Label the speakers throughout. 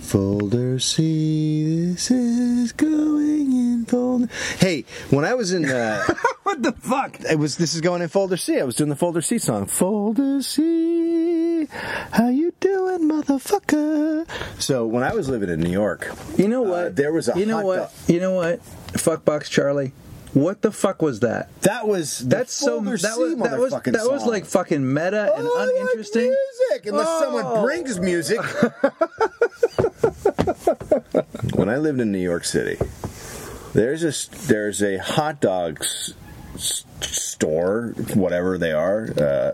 Speaker 1: Folder C, this is going in folder. Hey, when I was in, uh,
Speaker 2: What the fuck?
Speaker 1: it was this is going in folder C. I was doing the folder C song. Folder C, how you doing, motherfucker? So when I was living in New York,
Speaker 2: You know
Speaker 1: Uh,
Speaker 2: what?
Speaker 1: there was a
Speaker 2: You know
Speaker 1: hot
Speaker 2: what?
Speaker 1: dog-
Speaker 2: You know what? Fuck box Charlie. What the fuck was that?
Speaker 1: that was the
Speaker 2: That's so that
Speaker 1: Folder
Speaker 2: was
Speaker 1: C
Speaker 2: that was
Speaker 1: motherfucking
Speaker 2: that was
Speaker 1: song. Oh,
Speaker 2: like fucking meta and
Speaker 1: I like
Speaker 2: uninteresting.
Speaker 1: music, unless someone
Speaker 2: Oh.
Speaker 1: brings music. when I lived in New York City, there's a there's a hot dog s- s- store, whatever they are. Uh,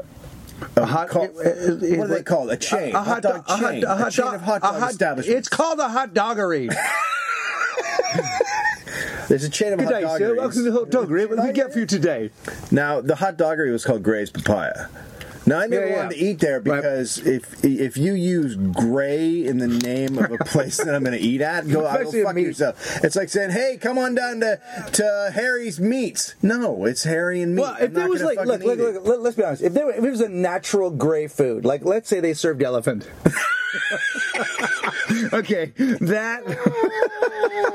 Speaker 1: a
Speaker 2: hot-
Speaker 1: call-
Speaker 2: it- it- it-
Speaker 1: what are they called? A chain, hot, dog,
Speaker 2: a hot-
Speaker 1: chain,
Speaker 2: a hot
Speaker 1: chain
Speaker 2: dog-
Speaker 1: of hot
Speaker 2: a
Speaker 1: dog establishments.
Speaker 2: It's called a hot doggery.
Speaker 1: There's a chain of hot dog.
Speaker 2: hot doggery. What do we get for you today?
Speaker 1: Now, the hot doggery was called Gray's Papaya. Now, I never
Speaker 2: Yeah, yeah.
Speaker 1: wanted to eat there
Speaker 2: Right.
Speaker 1: because if if you use gray in the name of a place that I'm going to eat at, go out
Speaker 2: Especially
Speaker 1: go fuck
Speaker 2: meat.
Speaker 1: yourself. It's like saying, "Hey, come on down to, to Harry's Meats." No, it's Harry and Meat.
Speaker 2: Well,
Speaker 1: I'm
Speaker 2: if there
Speaker 1: not
Speaker 2: was
Speaker 1: gonna
Speaker 2: like,
Speaker 1: fucking
Speaker 2: look, look,
Speaker 1: eat it.
Speaker 2: look, let- let's be honest. If there, were, if it was a natural gray food, like let's say they served elephant. okay, that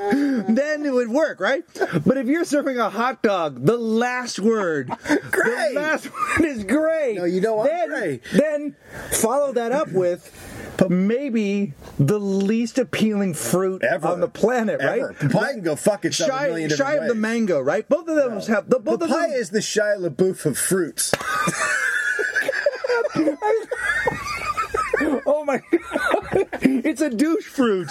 Speaker 2: then it would work, right? But if you're serving a hot dog, the last word,
Speaker 1: Gray.
Speaker 2: the last word is gray.
Speaker 1: No, you don't want
Speaker 2: then,
Speaker 1: gray.
Speaker 2: Then follow that up with. Maybe the least appealing fruit
Speaker 1: Ever.
Speaker 2: on the planet,
Speaker 1: Ever.
Speaker 2: right?
Speaker 1: Papaya can go fuck itself a
Speaker 2: Shy,
Speaker 1: million
Speaker 2: shy
Speaker 1: different
Speaker 2: of the
Speaker 1: ways.
Speaker 2: mango, right? Both of those have the both of
Speaker 1: Papaya
Speaker 2: them.
Speaker 1: is the Shia LaBeouf of fruits.
Speaker 2: Oh my god. It's a douche fruit.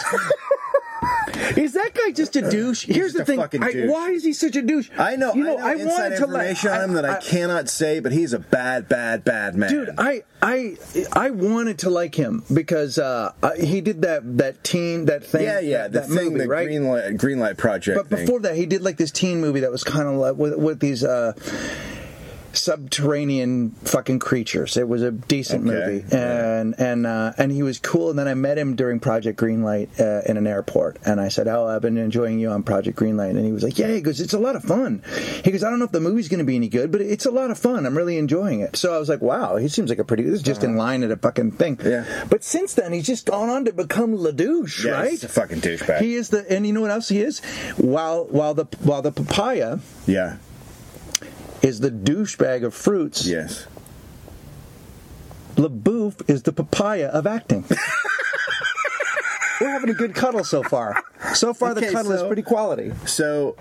Speaker 2: Is that guy just a douche? Here's
Speaker 1: just
Speaker 2: the
Speaker 1: a
Speaker 2: thing.
Speaker 1: fucking
Speaker 2: I-
Speaker 1: douche.
Speaker 2: why is he such a douche?
Speaker 1: I know,
Speaker 2: You know,
Speaker 1: I know inside
Speaker 2: wanted to like-
Speaker 1: information on him that I, cannot say, but he's a bad, bad, bad man.
Speaker 2: Dude, I I I wanted to like him because uh, I- he did that that teen that thing.
Speaker 1: yeah, yeah,
Speaker 2: that,
Speaker 1: the
Speaker 2: that
Speaker 1: thing,
Speaker 2: movie,
Speaker 1: the
Speaker 2: right?
Speaker 1: green light, green light project.
Speaker 2: But
Speaker 1: thing.
Speaker 2: before that, he did like this teen movie that was kind of like with, with these uh, subterranean fucking creatures. It was a decent
Speaker 1: Okay.
Speaker 2: movie, and and uh, and he was cool. And then I met him during Project Greenlight uh, in an airport, and I said, "Oh, I've been enjoying you on Project Greenlight," and he was like, "Yeah," he goes, "It's a lot of fun." He goes, "I don't know if the movie's going to be any good, but it's a lot of fun. I'm really enjoying it." So I was like, "Wow, he seems like a pretty. This is just in line at a fucking thing."
Speaker 1: Uh-huh. Yeah.
Speaker 2: But since then, he's just gone on to become LaDouche,
Speaker 1: yeah,
Speaker 2: right?
Speaker 1: he's a fucking douchebag.
Speaker 2: He is the, and you know what else he is? While while the while the papaya
Speaker 1: yeah,
Speaker 2: is the douchebag of fruits,
Speaker 1: yes.
Speaker 2: LaBouffe is the papaya of acting. We're having a good cuddle so far. So far, the
Speaker 1: Okay,
Speaker 2: cuddle is
Speaker 1: so-
Speaker 2: pretty quality.
Speaker 1: So,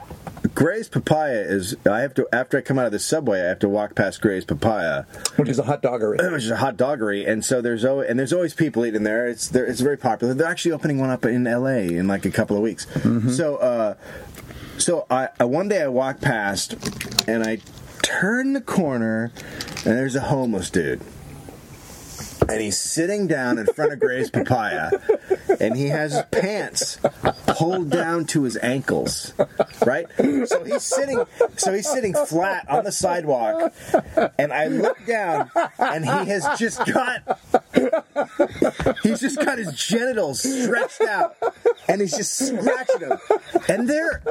Speaker 1: Gray's Papaya is. I have to after I come out of the subway, I have to walk past Gray's Papaya,
Speaker 2: Which is a hot doggery.
Speaker 1: which is a hot doggery, and so there's always, and there's always people eating there. It's there, it's very popular. They're actually opening one up in L.A. in like a couple of weeks.
Speaker 2: Mm-hmm.
Speaker 1: So, uh, so I, I one day I walk past, and I turn the corner, and there's a homeless dude. and he's sitting down in front of Gray's papaya, and he has his pants pulled down to his ankles, right? So he's sitting, so he's sitting flat on the sidewalk, and I look down, and he has just got, he's just got his genitals stretched out, and he's just scratching them, and they're,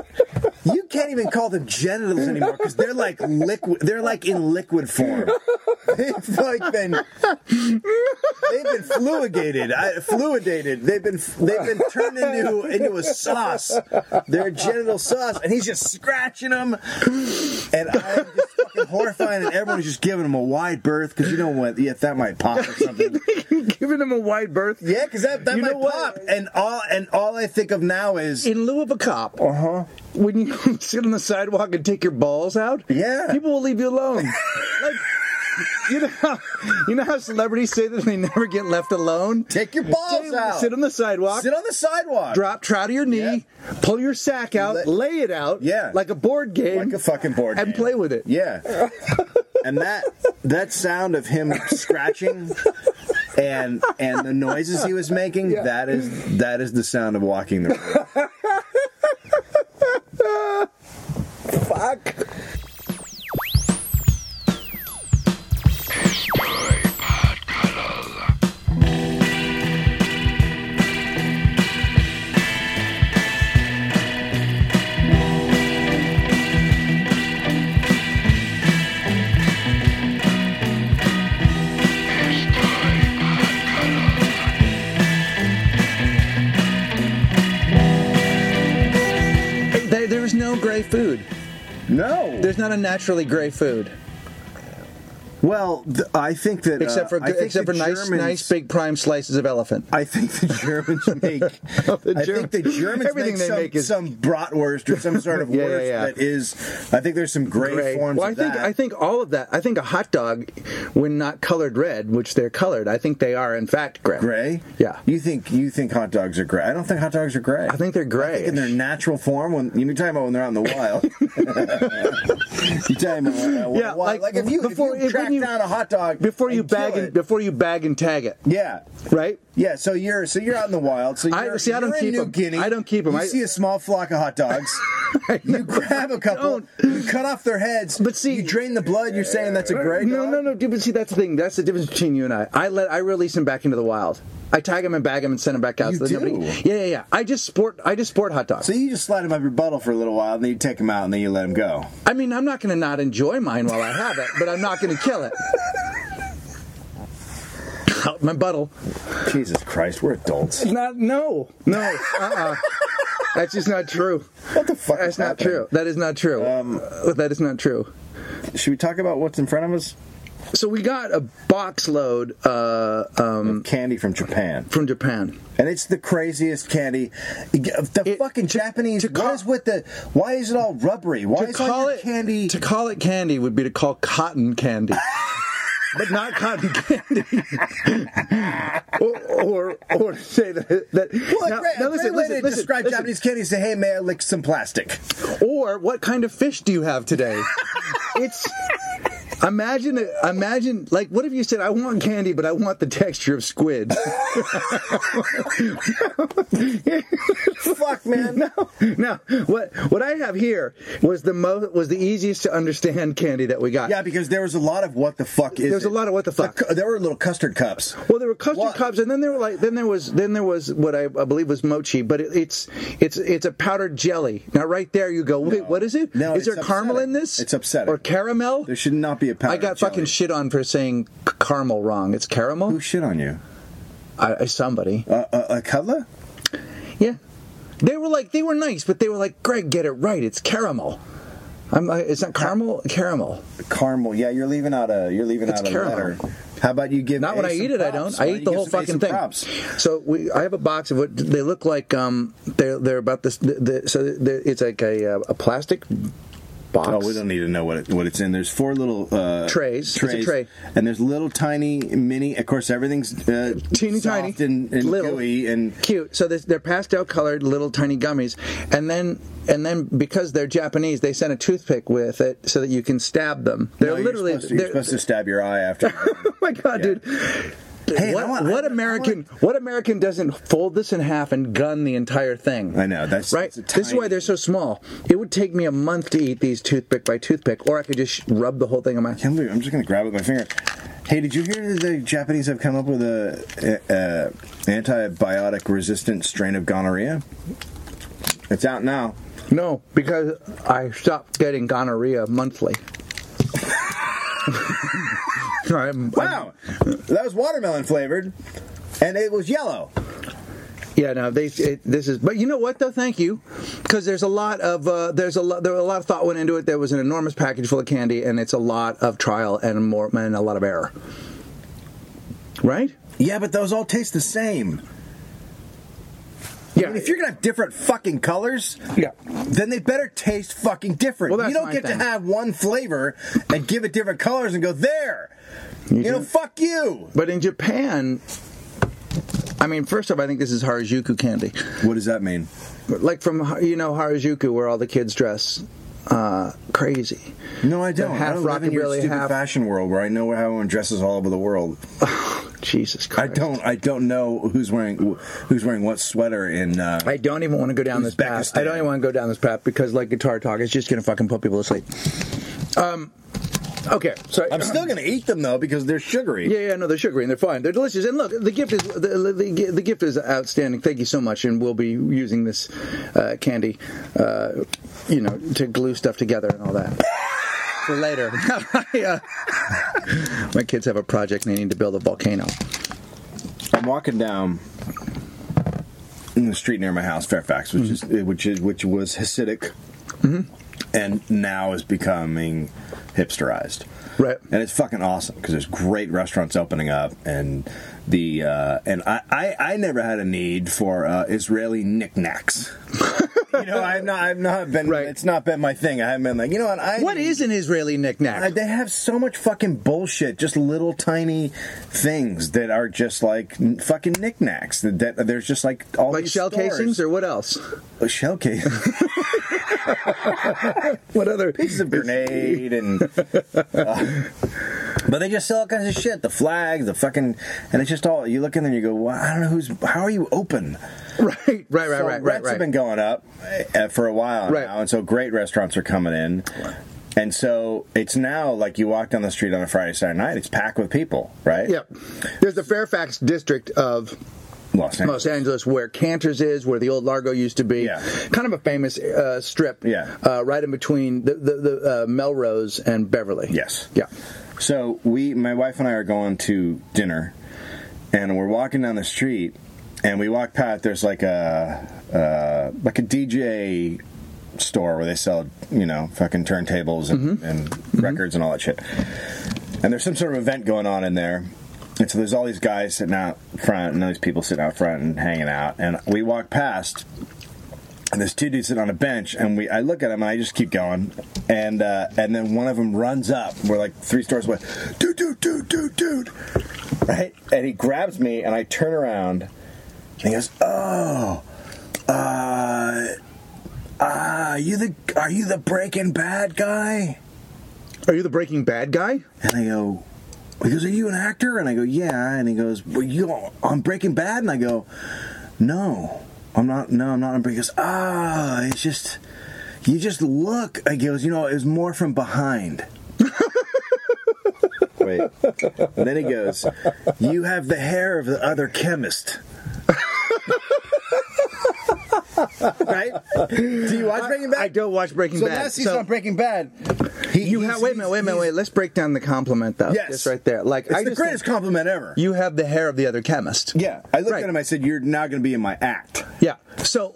Speaker 1: you can't even call them genitals anymore because they're like liquid, they're like in liquid form. They've like been They've been fluidated. I, fluidated. They've been they've been turned into into a sauce. They're a genital sauce, and he's just scratching them, and I'm just fucking horrifying, and everyone's just giving him a wide berth because you know what? Yeah, that might pop or something.
Speaker 2: Giving him a wide berth.
Speaker 1: Yeah, because that, that
Speaker 2: You know
Speaker 1: might
Speaker 2: what?
Speaker 1: pop, and all and all I think of now is
Speaker 2: In lieu of a cop, uh huh. When you sit on the sidewalk and take your balls out,
Speaker 1: Yeah.
Speaker 2: people will leave you alone. like, you know, how, you know how celebrities say that they never get left alone.
Speaker 1: take your balls
Speaker 2: Sit-
Speaker 1: out,
Speaker 2: Sit on the sidewalk.
Speaker 1: Sit on the sidewalk,
Speaker 2: Drop, trow to your knee, pull your sack out,
Speaker 1: Let-
Speaker 2: lay it out,
Speaker 1: Yeah.
Speaker 2: like a board game,
Speaker 1: like a fucking board,
Speaker 2: and
Speaker 1: game.
Speaker 2: play with it.
Speaker 1: Yeah. and that that sound of him scratching and and the noises he was making, that is that is the sound of walking the road.
Speaker 2: Fuck. food.
Speaker 1: No.
Speaker 2: There's not a naturally gray food
Speaker 1: well, th- I think that uh,
Speaker 2: except for
Speaker 1: I think
Speaker 2: except
Speaker 1: the
Speaker 2: for nice
Speaker 1: Germans-
Speaker 2: nice big prime slices of elephant.
Speaker 1: I think the Germans make.
Speaker 2: Oh, The
Speaker 1: I
Speaker 2: Germ-
Speaker 1: think the Germans
Speaker 2: Everything
Speaker 1: make
Speaker 2: they
Speaker 1: some,
Speaker 2: make is-
Speaker 1: some bratwurst or some sort of
Speaker 2: Yeah, yeah,
Speaker 1: wurst
Speaker 2: yeah.
Speaker 1: that is. I think there's some gray,
Speaker 2: Gray.
Speaker 1: forms.
Speaker 2: Well,
Speaker 1: of
Speaker 2: I think
Speaker 1: that.
Speaker 2: I think all of that. I think a hot dog, when not colored red, which they're colored, I think they are in fact gray.
Speaker 1: gray.
Speaker 2: Yeah.
Speaker 1: You think you think hot dogs are gray? I don't think hot dogs are gray.
Speaker 2: I think they're gray.
Speaker 1: in their natural form when you're talking about when they're out in the wild. you're talking about uh,
Speaker 2: Yeah,
Speaker 1: wild- like,
Speaker 2: like,
Speaker 1: if you before
Speaker 2: before- if-
Speaker 1: if you
Speaker 2: when
Speaker 1: track
Speaker 2: you-
Speaker 1: down a hot dog
Speaker 2: before you
Speaker 1: and kill
Speaker 2: bag and,
Speaker 1: it-
Speaker 2: before you bag and tag it,
Speaker 1: yeah.
Speaker 2: right?
Speaker 1: Yeah, so you're so you're out in the wild. So
Speaker 2: I-
Speaker 1: you're,
Speaker 2: see, I don't
Speaker 1: you're in
Speaker 2: keep
Speaker 1: New
Speaker 2: 'em.
Speaker 1: Guinea.
Speaker 2: I don't keep 'em.
Speaker 1: You
Speaker 2: I-
Speaker 1: see a small flock of hot dogs. you grab a couple.
Speaker 2: don't.
Speaker 1: You cut off their heads.
Speaker 2: But see-
Speaker 1: you drain the blood. You're saying that's a gray
Speaker 2: No,
Speaker 1: dog?
Speaker 2: no, no. dude, But see, that's the thing. That's the difference between you and I. I let I release him back into the wild. I tag him and bag him and send him back out.
Speaker 1: You
Speaker 2: that
Speaker 1: do?
Speaker 2: yeah, yeah, yeah. I just sport. I just sport hot dogs.
Speaker 1: So you just slide him up your buttle for a little while, and then you take him out, and then you let him go.
Speaker 2: I mean, I'm not going to not enjoy mine while I have it, but I'm not going to kill it. Out my buttle.
Speaker 1: Jesus Christ, we're adults.
Speaker 2: Not no no. Uh-uh. That's just not true.
Speaker 1: What the fuck?
Speaker 2: That's
Speaker 1: is
Speaker 2: not
Speaker 1: happening?
Speaker 2: true. That is not true.
Speaker 1: Um,
Speaker 2: Uh, that is not true.
Speaker 1: Should we talk about what's in front of us?
Speaker 2: So we got a box load uh, um,
Speaker 1: Candy from Japan,
Speaker 2: from Japan.
Speaker 1: and it's the craziest candy. The
Speaker 2: It-
Speaker 1: fucking Japanese.
Speaker 2: to call-
Speaker 1: what is with the? Why is it all rubbery? Why
Speaker 2: to
Speaker 1: is
Speaker 2: call
Speaker 1: all your
Speaker 2: it
Speaker 1: candy?
Speaker 2: To call it candy would be to call cotton candy. But not cotton candy, or, or or say that that.
Speaker 1: Well,
Speaker 2: now-
Speaker 1: a great,
Speaker 2: now
Speaker 1: a great way to describe Japanese candy is to hey, may I lick some plastic?
Speaker 2: or what kind of fish do you have today? it's imagine imagine like what if you said I want candy but I want the texture of squid.
Speaker 1: Fuck, man.
Speaker 2: now what what I have here was the most was the easiest to understand candy that we got.
Speaker 1: Yeah, because there was a lot of what the fuck is.
Speaker 2: There was a
Speaker 1: it?
Speaker 2: lot of what the fuck.
Speaker 1: cu- There were little custard cups.
Speaker 2: Well, there were custard
Speaker 1: What?
Speaker 2: cups, and then there were like then there was then there was what I, I believe was mochi, but it, it's it's it's a powdered jelly. Now, right there, you go. Wait, what is it?
Speaker 1: No,
Speaker 2: is there
Speaker 1: it's
Speaker 2: caramel
Speaker 1: upsetting.
Speaker 2: in this?
Speaker 1: It's upsetting.
Speaker 2: Or caramel?
Speaker 1: There should not be a powder.
Speaker 2: I got fucking shit on for saying c- caramel wrong. It's
Speaker 1: Who
Speaker 2: caramel.
Speaker 1: shit on you?
Speaker 2: I, I- somebody.
Speaker 1: Uh, uh, a cutler?
Speaker 2: Yeah, they were like they were nice, but they were like Greg, get it right. It's caramel. I'm like, it's not caramel. Caramel.
Speaker 1: Caramel. Yeah, you're leaving out a. You're leaving
Speaker 2: It's
Speaker 1: out a
Speaker 2: caramel.
Speaker 1: letter. How about you give?
Speaker 2: Not
Speaker 1: A
Speaker 2: when I
Speaker 1: some
Speaker 2: eat it, I don't.
Speaker 1: props?
Speaker 2: I
Speaker 1: Why
Speaker 2: eat
Speaker 1: don't
Speaker 2: the
Speaker 1: you
Speaker 2: whole
Speaker 1: give some A
Speaker 2: fucking
Speaker 1: some
Speaker 2: thing.
Speaker 1: props?
Speaker 2: So we, I have a box of what they look like. Um, they're they're about this. The, so they're, it's like a uh, a plastic box.
Speaker 1: Oh, we don't need to know what it, what it's in. There's four little uh,
Speaker 2: Trays. It's a tray.
Speaker 1: and there's little tiny mini. Of course, everything's uh,
Speaker 2: Teeny
Speaker 1: soft
Speaker 2: tiny,
Speaker 1: and, and
Speaker 2: little.
Speaker 1: gooey and
Speaker 2: cute. So this, they're pastel colored little tiny gummies, and then and then because they're Japanese, they sent a toothpick with it so that you can stab them. They're
Speaker 1: No, you're
Speaker 2: literally.
Speaker 1: supposed to- you're
Speaker 2: they're-
Speaker 1: supposed to stab your eye after.
Speaker 2: oh my god,
Speaker 1: Yeah.
Speaker 2: dude.
Speaker 1: Hey, I
Speaker 2: what,
Speaker 1: want-
Speaker 2: what
Speaker 1: I- I
Speaker 2: American? what American doesn't fold this in half and gun the entire thing?
Speaker 1: I know that's
Speaker 2: Right.
Speaker 1: that's a
Speaker 2: This is why
Speaker 1: tiny-
Speaker 2: they're so small. It would take me a month to eat these toothpick by toothpick, or I could just sh- rub the whole thing in my.
Speaker 1: Can't believe- I'm just gonna grab it with my finger. Hey, did you hear that the Japanese have come up with a, a, a antibiotic resistant strain of gonorrhea? It's out now.
Speaker 2: No, because I stopped getting gonorrhea monthly. I'm-
Speaker 1: Wow, that was watermelon flavored, and it was yellow.
Speaker 2: Yeah, no, they. It, this is, but you know what though? Thank you, because there's a lot of uh, there's a lot there were a lot of thought went into it. There was an enormous package full of candy, and it's a lot of trial and more and a lot of error. Right?
Speaker 1: Yeah, but those all taste the same. I
Speaker 2: Yeah.
Speaker 1: mean, if you're gonna have different fucking colors,
Speaker 2: yeah.
Speaker 1: then they better taste fucking different.
Speaker 2: Well, that's
Speaker 1: you don't
Speaker 2: my
Speaker 1: get
Speaker 2: thing.
Speaker 1: to have one flavor and give it different colors and go there.
Speaker 2: You
Speaker 1: You, know,
Speaker 2: do.
Speaker 1: fuck you.
Speaker 2: But in Japan, I mean, first off, I think this is Harajuku candy,
Speaker 1: What does that mean?
Speaker 2: like from you know Harajuku, where all the kids dress uh, crazy.
Speaker 1: No, I don't.
Speaker 2: half
Speaker 1: I don't live in your
Speaker 2: rockabilly,
Speaker 1: stupid
Speaker 2: half-
Speaker 1: fashion world where I know how everyone dresses all over the world.
Speaker 2: Jesus Christ!
Speaker 1: I don't. I don't know who's wearing who's wearing what sweater in. Uh,
Speaker 2: I don't even want to go down this path.
Speaker 1: Uzbekistan.
Speaker 2: I don't even want to go down this path because, like guitar talk, it's just gonna fucking put people to sleep. Um, okay, so
Speaker 1: I'm still gonna eat them though because they're sugary.
Speaker 2: yeah, yeah, no, they're sugary and they're fine. They're delicious. And look, the gift is the, the, the gift is outstanding. Thank you so much, and we'll be using this uh, candy, uh, you know, to glue stuff together and all that for later. Yeah. My kids have a project and they need to build a volcano.
Speaker 1: I'm walking down
Speaker 2: Mm-hmm.
Speaker 1: in the street near my house, Fairfax, which is which is which was Hasidic. and now is becoming hipsterized.
Speaker 2: Right.
Speaker 1: And it's fucking awesome because there's great restaurants opening up, and the uh, and I, I I never had a need for uh, Israeli knickknacks. you know, I've not I've not been
Speaker 2: Right.
Speaker 1: it's not been my thing. I haven't been like you know what I
Speaker 2: What is an Israeli
Speaker 1: I-
Speaker 2: knickknack?
Speaker 1: they have so much fucking bullshit, just little tiny things that are just like n- fucking knickknacks. That, that there's just like all
Speaker 2: Like
Speaker 1: these
Speaker 2: shell
Speaker 1: stores.
Speaker 2: casings or what else?
Speaker 1: Oh, shell casings,
Speaker 2: What other
Speaker 1: pieces of grenade, and uh, but they just sell all kinds of shit. The flag, the fucking, and it's just all you look in there and you go, well, I don't know who's. How are you open?
Speaker 2: Right, right, right,
Speaker 1: So
Speaker 2: right, right,
Speaker 1: rents
Speaker 2: right.
Speaker 1: have been going up uh, for a while
Speaker 2: Right.
Speaker 1: now, and so great restaurants are coming in. And so it's now like you walk down the street on a Friday, Saturday night, it's packed with people, right?
Speaker 2: Yep. There's the Fairfax district of
Speaker 1: Los Angeles.
Speaker 2: Los Angeles where Cantor's is, where the old Largo used to be.
Speaker 1: Yeah.
Speaker 2: Kind of a famous uh, strip.
Speaker 1: Yeah.
Speaker 2: Uh, right in between the, the, the uh, Melrose and Beverly.
Speaker 1: Yes.
Speaker 2: Yeah.
Speaker 1: So we, my wife and I, are going to dinner, and we're walking down the street, and we walk past. There's like a uh, like a DJ store where they sell you know fucking turntables and, and records and all that shit. And there's some sort of event going on in there. And so there's all these guys sitting out front, and all these people sitting out front and hanging out. And we walk past, and there's two dudes sitting on a bench, and we I look at them and I just keep going, and uh, and then one of them runs up. We're like three stores away, dude, dude, dude, dude, dude, right? And he grabs me, and I turn around, and he goes, "Oh, uh, uh, you the are you the Breaking Bad guy?"
Speaker 2: Are you the Breaking Bad guy?
Speaker 1: And I go, he goes, "Are you an actor?" And I go, "Yeah." And he goes, "Were you on Breaking Bad?" And I go, "No, I'm not. No, I'm not on Breaking." He goes, "Ah, it's just you just look." I goes, "You know, it was more from behind." Wait. And then he goes, "You have the hair of the other chemist." right? Do you watch Breaking Bad?
Speaker 2: I don't watch Breaking
Speaker 1: So
Speaker 2: Bad.
Speaker 1: last season on Breaking Bad, he,
Speaker 2: you
Speaker 1: he's-
Speaker 2: have, wait a minute, wait a minute, wait. Let's break down the compliment though.
Speaker 1: Yes.
Speaker 2: Just right there. Like
Speaker 1: It's
Speaker 2: I
Speaker 1: the
Speaker 2: just
Speaker 1: greatest
Speaker 2: think
Speaker 1: compliment ever.
Speaker 2: you have the hair of the other chemist.
Speaker 1: Yeah, I looked
Speaker 2: Right.
Speaker 1: at him. I said, "You're now going to be in my act
Speaker 2: Yeah. So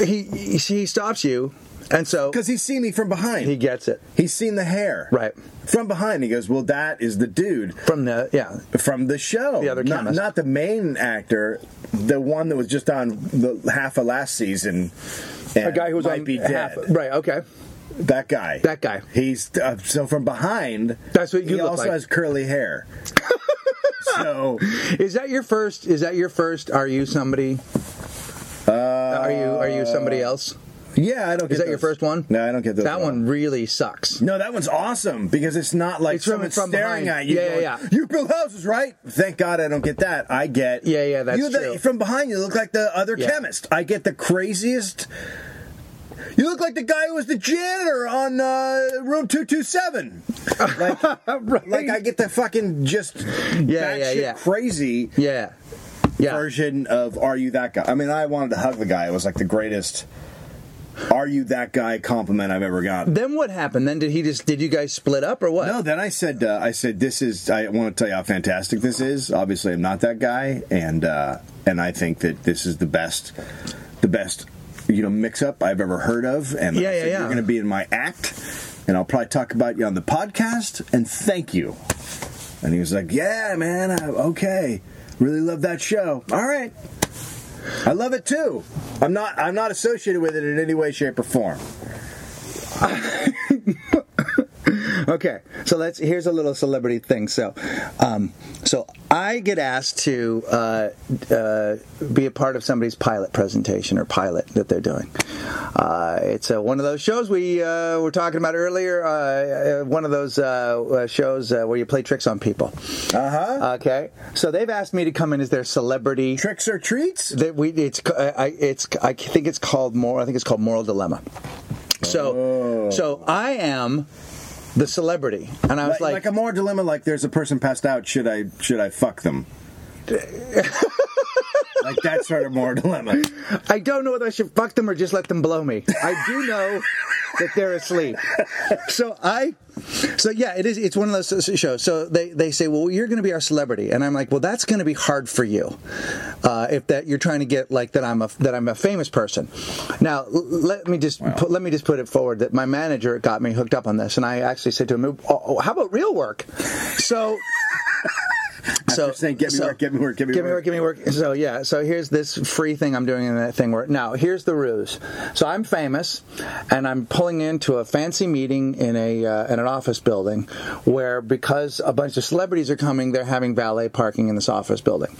Speaker 2: he he he stops you, and so
Speaker 1: because he's seen me from behind.
Speaker 2: he gets it
Speaker 1: he's seen the hair,
Speaker 2: Right.
Speaker 1: from behind." He goes, "Well, that is the dude
Speaker 2: from the yeah
Speaker 1: from the show,
Speaker 2: The other
Speaker 1: not,
Speaker 2: chemist.
Speaker 1: not the main actor, the one that was just on the half of last season." And
Speaker 2: a guy who was
Speaker 1: might
Speaker 2: on
Speaker 1: be
Speaker 2: half-
Speaker 1: dead.
Speaker 2: right. Okay.
Speaker 1: That guy.
Speaker 2: That guy.
Speaker 1: He's uh, so from behind.
Speaker 2: That's what you
Speaker 1: he
Speaker 2: look
Speaker 1: also
Speaker 2: like.
Speaker 1: has curly hair. so
Speaker 2: Is that your first? Is that your first? Are you somebody? Uh, are you are you somebody
Speaker 1: Uh,
Speaker 2: else?
Speaker 1: yeah, I don't.
Speaker 2: Is that your first one?
Speaker 1: No, I don't get those
Speaker 2: That
Speaker 1: at all.
Speaker 2: one really sucks.
Speaker 1: No, that one's awesome because it's not like
Speaker 2: It's from-
Speaker 1: someone
Speaker 2: from
Speaker 1: staring
Speaker 2: behind.
Speaker 1: at you.
Speaker 2: Yeah,
Speaker 1: going,
Speaker 2: yeah, yeah.
Speaker 1: You build houses, right? Thank God I don't get that. I get.
Speaker 2: Yeah, yeah, that's
Speaker 1: you the-
Speaker 2: true.
Speaker 1: from behind, you look like the other
Speaker 2: Yeah.
Speaker 1: chemist. I get the craziest. You look like the guy who was the janitor on uh, room two two seven. Like,
Speaker 2: Right.
Speaker 1: like I get the fucking just
Speaker 2: Yeah, yeah,
Speaker 1: batshit
Speaker 2: yeah.
Speaker 1: crazy
Speaker 2: Yeah. Yeah.
Speaker 1: version of "Are you that guy?" I mean, I wanted to hug the guy. It was like the greatest "Are you that guy" compliment I've ever gotten.
Speaker 2: Then what happened? Then did he just did you guys split up or what?
Speaker 1: No, then I said, uh, I said, this is. I want to tell you how fantastic this is. Obviously, I'm not that guy, and uh, and I think that this is the best, the best, you know, mix up I've ever heard of. And
Speaker 2: Yeah,
Speaker 1: I
Speaker 2: yeah,
Speaker 1: said,
Speaker 2: yeah.
Speaker 1: you're going to be in my act, and I'll probably talk about you on the podcast. And thank you. And he was like, Yeah, man, I, okay, really love that show. All right. I love it too. I'm not. I'm not associated with it in any way, shape, or form.
Speaker 2: Okay. So let's here's a little celebrity thing. So um so I get asked to uh, uh, be a part of somebody's pilot presentation or pilot that they're doing. Uh, it's uh, one of those shows we uh, were talking about earlier. Uh, uh, one of those uh, uh, shows uh, where you play tricks on people.
Speaker 1: Uh huh.
Speaker 2: Okay, so they've asked me to come in as their celebrity.
Speaker 1: Tricks or treats?
Speaker 2: That we it's I it's I think it's called more. I think it's called moral dilemma. So so I am the celebrity, and I was
Speaker 1: like,
Speaker 2: like,
Speaker 1: like a more dilemma. Like there's a person passed out. Should I should I fuck them? like that sort of more dilemma.
Speaker 2: I don't know whether I should fuck them or just let them blow me. I do know that they're asleep. So I, so yeah, it is. It's one of those shows. So they they say, well, you're going to be our celebrity, and I'm like, well, that's going to be hard for you, uh, if that you're trying to get like that I'm a that I'm a famous person. Now l- let me just put, let me just put it forward that my manager got me hooked up on this, and I actually said to him, oh, oh, how about real work? So.
Speaker 1: So saying, get me work, get me work, get me
Speaker 2: give me
Speaker 1: work."
Speaker 2: work, give me work. So yeah, so here's this free thing I'm doing in that thing where now here's the ruse. So I'm famous, and I'm pulling into a fancy meeting in a uh, in an office building, where because a bunch of celebrities are coming, they're having valet parking in this office building,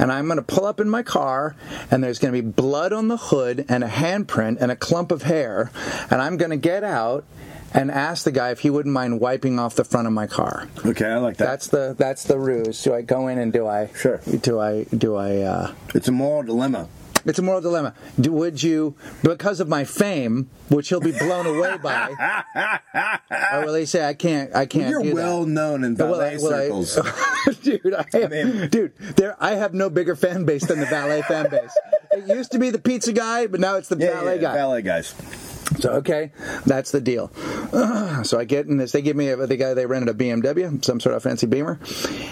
Speaker 2: and I'm going to pull up in my car, and there's going to be blood on the hood and a handprint and a clump of hair, and I'm going to get out. And ask the guy if he wouldn't mind wiping off the front of my car.
Speaker 1: Okay, I like that.
Speaker 2: That's the that's the ruse. Do I go in and do I
Speaker 1: Sure.
Speaker 2: Do I do I? Uh,
Speaker 1: it's a moral dilemma.
Speaker 2: it's a moral dilemma. Do, would you because of my fame, which he'll be blown away by? or will they say I can't? I can't.
Speaker 1: You're
Speaker 2: do that?
Speaker 1: well known in
Speaker 2: Will
Speaker 1: ballet
Speaker 2: I- will I-
Speaker 1: circles.
Speaker 2: dude, I
Speaker 1: Man.
Speaker 2: am, dude, there. I have no bigger fan base than the ballet fan base. It used to be the pizza guy, but now it's the
Speaker 1: Yeah,
Speaker 2: ballet
Speaker 1: yeah,
Speaker 2: guy.
Speaker 1: Ballet guys.
Speaker 2: So okay, that's the deal. so I get in this. They give me a, the guy. They rented a BMW, some sort of fancy Beamer,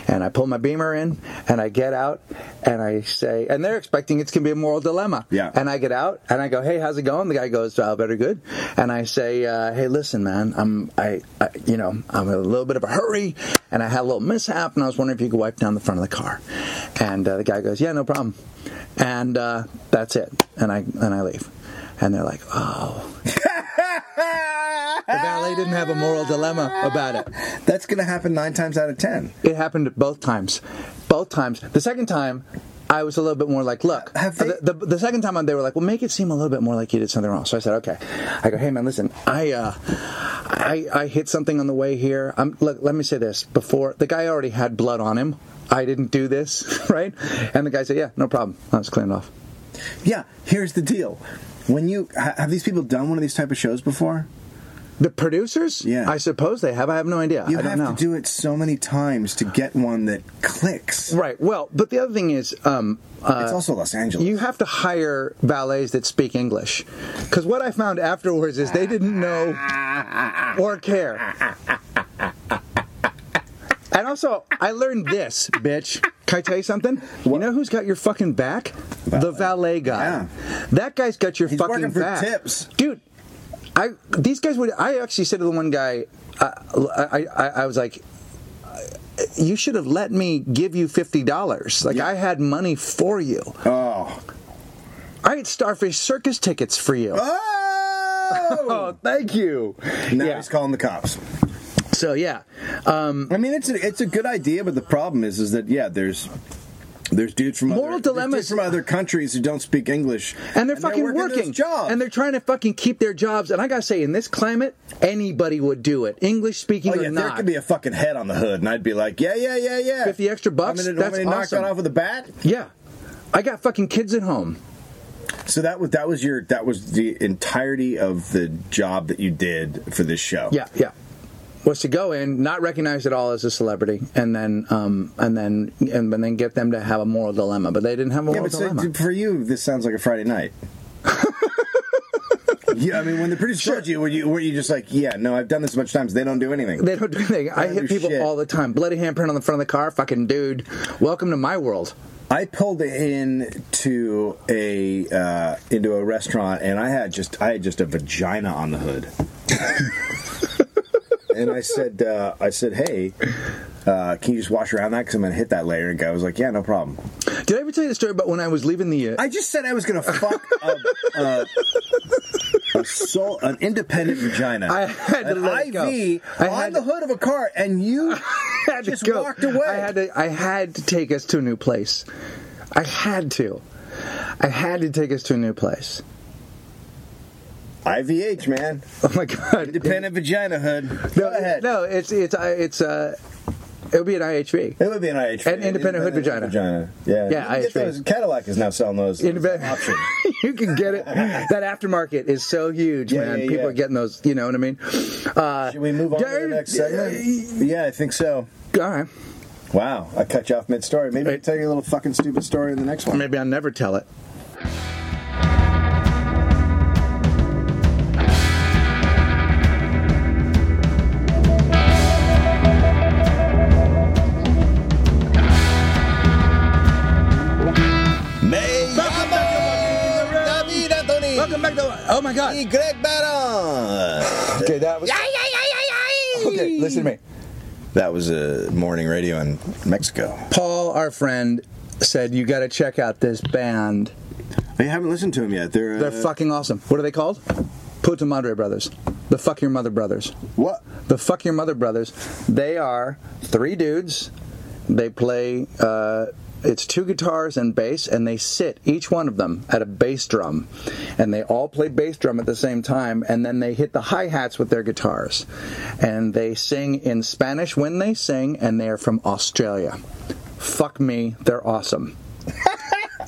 Speaker 2: and I pull my Beamer in, and I get out, and I say, and they're expecting it's gonna be a moral dilemma.
Speaker 1: Yeah.
Speaker 2: And I get out, and I go, hey, how's it going? The guy goes, uh, very good. And I say, uh, hey, listen, man, I'm, I, I, you know, I'm in a little bit of a hurry, and I had a little mishap, and I was wondering if you could wipe down the front of the car. And uh, the guy goes, yeah, no problem. And uh, that's it. And I and I leave. And they're like, oh. The valet didn't have a moral dilemma about it.
Speaker 1: That's going to happen nine times out of ten.
Speaker 2: It happened both times. Both times. The second time, I was a little bit more like, look.
Speaker 1: Have they-
Speaker 2: the, the, the second time, they were like, well, make it seem a little bit more like you did something wrong. So I said, okay. I go, hey man, listen, I, uh, I, I hit something on the way here. i look, let me say this. Before the guy already had blood on him. I didn't do this, right? And the guy said, yeah, no problem. I was cleaned off.
Speaker 1: Yeah, here's the deal. When you ha- have these people done one of these type of shows before?
Speaker 2: The producers?
Speaker 1: Yeah.
Speaker 2: I suppose they have. I have no idea.
Speaker 1: You
Speaker 2: I don't
Speaker 1: have
Speaker 2: know.
Speaker 1: to do it so many times to get one that clicks.
Speaker 2: Right. Well, but the other thing is, um, uh,
Speaker 1: it's also Los Angeles.
Speaker 2: you have to hire valets that speak English. Because what I found afterwards is they didn't know or care. And also, I learned this, bitch. Can I tell you something? You know who's got your fucking back? The valet guy. That guy's got your
Speaker 1: He's
Speaker 2: fucking
Speaker 1: working for
Speaker 2: back.
Speaker 1: tips.
Speaker 2: Dude, I these guys would. I actually said to the one guy, I, I, I, I was like, you should have let me give you fifty dollars. Like
Speaker 1: Yeah.
Speaker 2: I had money for you.
Speaker 1: oh.
Speaker 2: I had Starfish Circus tickets for you.
Speaker 1: Oh!
Speaker 2: thank you.
Speaker 1: now
Speaker 2: yeah.
Speaker 1: he's calling the cops. Oh,
Speaker 2: So yeah, um,
Speaker 1: I mean, it's a, it's a good idea, but the problem is, is that yeah, there's there's dudes from
Speaker 2: Moral
Speaker 1: other, there's
Speaker 2: dilemmas-
Speaker 1: dudes from other countries who don't speak English,
Speaker 2: and they're fucking
Speaker 1: working,
Speaker 2: working,
Speaker 1: this job,
Speaker 2: and they're trying to fucking keep their jobs. And I gotta say, in this climate, anybody would do it, English speaking
Speaker 1: Oh yeah,
Speaker 2: or
Speaker 1: there
Speaker 2: not.
Speaker 1: could be a fucking head on the hood, and I'd be like, yeah, yeah, yeah, yeah.
Speaker 2: 50 extra bucks?
Speaker 1: I'm gonna,
Speaker 2: That's
Speaker 1: I'm gonna
Speaker 2: awesome.
Speaker 1: knock that off with a bat.
Speaker 2: yeah, I got fucking kids at home.
Speaker 1: So that was that was your that was the entirety of the job that you did for this show.
Speaker 2: Yeah, yeah. Was to go in, not recognized at all as a celebrity, and then um, and then and, and then get them to have a moral dilemma. But they didn't have a
Speaker 1: yeah.
Speaker 2: moral
Speaker 1: But so,
Speaker 2: dilemma.
Speaker 1: for you, this sounds like a Friday night. yeah, I mean, when the producer told you, were you were you just like, yeah, no, I've done this a bunch of times. They don't do anything.
Speaker 2: They don't do anything. I
Speaker 1: Don't
Speaker 2: hit
Speaker 1: do
Speaker 2: people
Speaker 1: shit.
Speaker 2: all the time. Bloody handprint on the front of the car. Fucking dude. Welcome to my world.
Speaker 1: I pulled in to a uh, into a restaurant, and I had just I had just a vagina on the hood. and I said, uh, I said, hey, uh, can you just wash around that? Because I'm gonna hit that later. And guy was like, yeah, no problem.
Speaker 2: Did I ever tell you the story about when I was leaving the? Uh,
Speaker 1: I just said I was gonna fuck a, a, a soul, an independent vagina.
Speaker 2: I had to
Speaker 1: an
Speaker 2: let it
Speaker 1: IV
Speaker 2: go. I
Speaker 1: on
Speaker 2: had
Speaker 1: the
Speaker 2: to-
Speaker 1: hood of a car, and you
Speaker 2: had
Speaker 1: just
Speaker 2: to go.
Speaker 1: walked away.
Speaker 2: I had to. I had to take us to a new place. I had to. I had to take us to a new place.
Speaker 1: IVH, man,
Speaker 2: Oh my god!
Speaker 1: independent vagina hood.
Speaker 2: No,
Speaker 1: Go ahead.
Speaker 2: no, it's it's uh, it's uh, it would be an
Speaker 1: It
Speaker 2: IHV.
Speaker 1: would be an IH.
Speaker 2: An independent hood
Speaker 1: vagina. Yeah. You can
Speaker 2: Yeah,
Speaker 1: get
Speaker 2: IHV.
Speaker 1: those. Cadillac is now selling those.
Speaker 2: In-
Speaker 1: It's an option.
Speaker 2: you can get it. That aftermarket is so huge,
Speaker 1: Yeah,
Speaker 2: man.
Speaker 1: yeah,
Speaker 2: People
Speaker 1: yeah.
Speaker 2: are getting those. You know what I mean? Uh,
Speaker 1: Should we move on to the
Speaker 2: Darren-
Speaker 1: next segment? Yeah, I think so.
Speaker 2: All right.
Speaker 1: Wow, I cut you off mid story. Maybe I'll tell you a little fucking stupid story in the next one.
Speaker 2: Maybe I'll never tell it. Welcome back to. Oh my God.
Speaker 1: Greg Barron.
Speaker 2: Okay, that was. Okay, listen to me.
Speaker 1: That was a morning radio in Mexico.
Speaker 2: Paul, our friend, said you got to check out this band.
Speaker 1: I haven't listened to them yet. They're,
Speaker 2: They're
Speaker 1: uh,
Speaker 2: fucking awesome. What are they called? Puta Madre Brothers. The Fuck Your Mother Brothers.
Speaker 1: What?
Speaker 2: The Fuck Your Mother Brothers. They are three dudes. They play. Uh, it's two guitars and bass, and they sit each one of them at a bass drum, and they all play bass drum at the same time, and then they hit the hi hats with their guitars, and they sing in Spanish when they sing, and they are from Australia. Fuck me, they're awesome.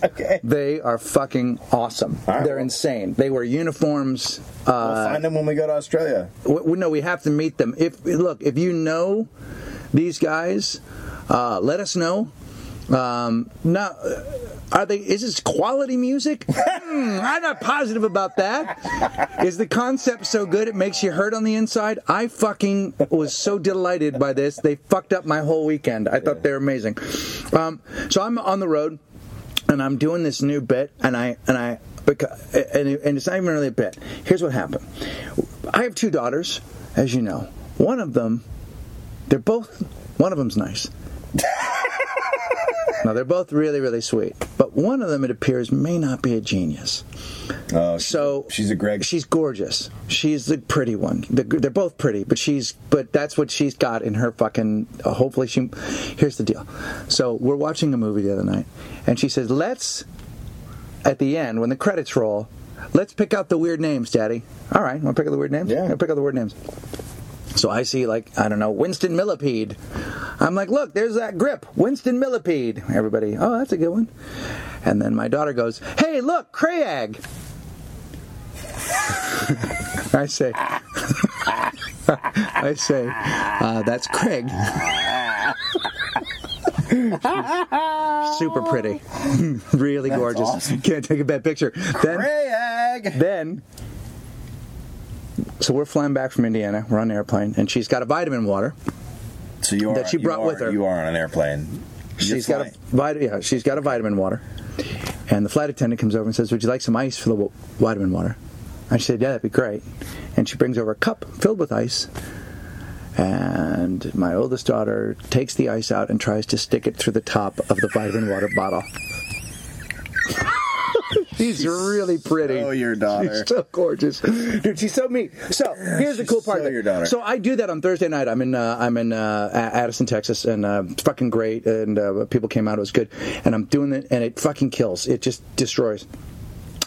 Speaker 1: Okay.
Speaker 2: They are fucking awesome.
Speaker 1: right,
Speaker 2: They're
Speaker 1: well-
Speaker 2: insane. They wear uniforms.
Speaker 1: We'll
Speaker 2: Uh,
Speaker 1: find them when we go to Australia.
Speaker 2: w- w- no, we have to meet them. If look, if you know these guys, uh, let us know. Um, now, are they? Is this quality music? Hmm, I'm not positive about that. Is the concept so good it makes you hurt on the inside? I fucking was so delighted by this. They fucked up my whole weekend. I thought they were amazing. Um, so I'm on the road and I'm doing this new bit, and I and I because and, it- and it's not even really a bit. Here's what happened: I have two daughters, as you know. One of them, they're both. One of them's nice. now they're both really really sweet, but one of them it appears may not be a genius.
Speaker 1: Oh,
Speaker 2: So
Speaker 1: she's a Greg.
Speaker 2: She's gorgeous. She's the pretty one. The- They're both pretty, but she's but that's what she's got in her fucking. Uh, hopefully, she. Here's the deal. So we're watching a movie the other night, and she says, "Let's." At the end, when the credits roll, let's pick out the weird names, Daddy. All right, want to pick out the weird names?
Speaker 1: Yeah.
Speaker 2: I'll pick out the weird names. So I see like I don't know Winston Millipede. I'm like, look, there's that grip, Winston Millipede. Everybody, oh, that's a good one. And then my daughter goes, hey, look, Crayag. I say, I say, uh, that's Craig. Super pretty, really gorgeous.
Speaker 1: awesome.
Speaker 2: Can't take a bad picture. Then
Speaker 1: Greg.
Speaker 2: then so we're flying back from Indiana. We're on an airplane, and she's got a vitamin water.
Speaker 1: So you are,
Speaker 2: that she
Speaker 1: you
Speaker 2: brought
Speaker 1: are-
Speaker 2: with her.
Speaker 1: You are on an airplane. You're
Speaker 2: She's got a
Speaker 1: flying.
Speaker 2: vitamin. Yeah, she's got a vitamin water. And the flight attendant comes over and says, "Would you like some ice for the w- vitamin water?" And she said, "Yeah, that'd be great." And she brings over a cup filled with ice. And my oldest daughter takes the ice out and tries to stick it through the top of the vitamin water bottle. She's really pretty.
Speaker 1: so your daughter.
Speaker 2: She's so gorgeous, dude. She's so mean. So here's the cool part
Speaker 1: so
Speaker 2: of it.
Speaker 1: your daughter.
Speaker 2: So so I do that on Thursday night. I'm in uh, I'm in uh, A- Addison, Texas, and uh, it's fucking great. And uh, people came out. It was good. And I'm doing it, and it fucking kills. It just destroys.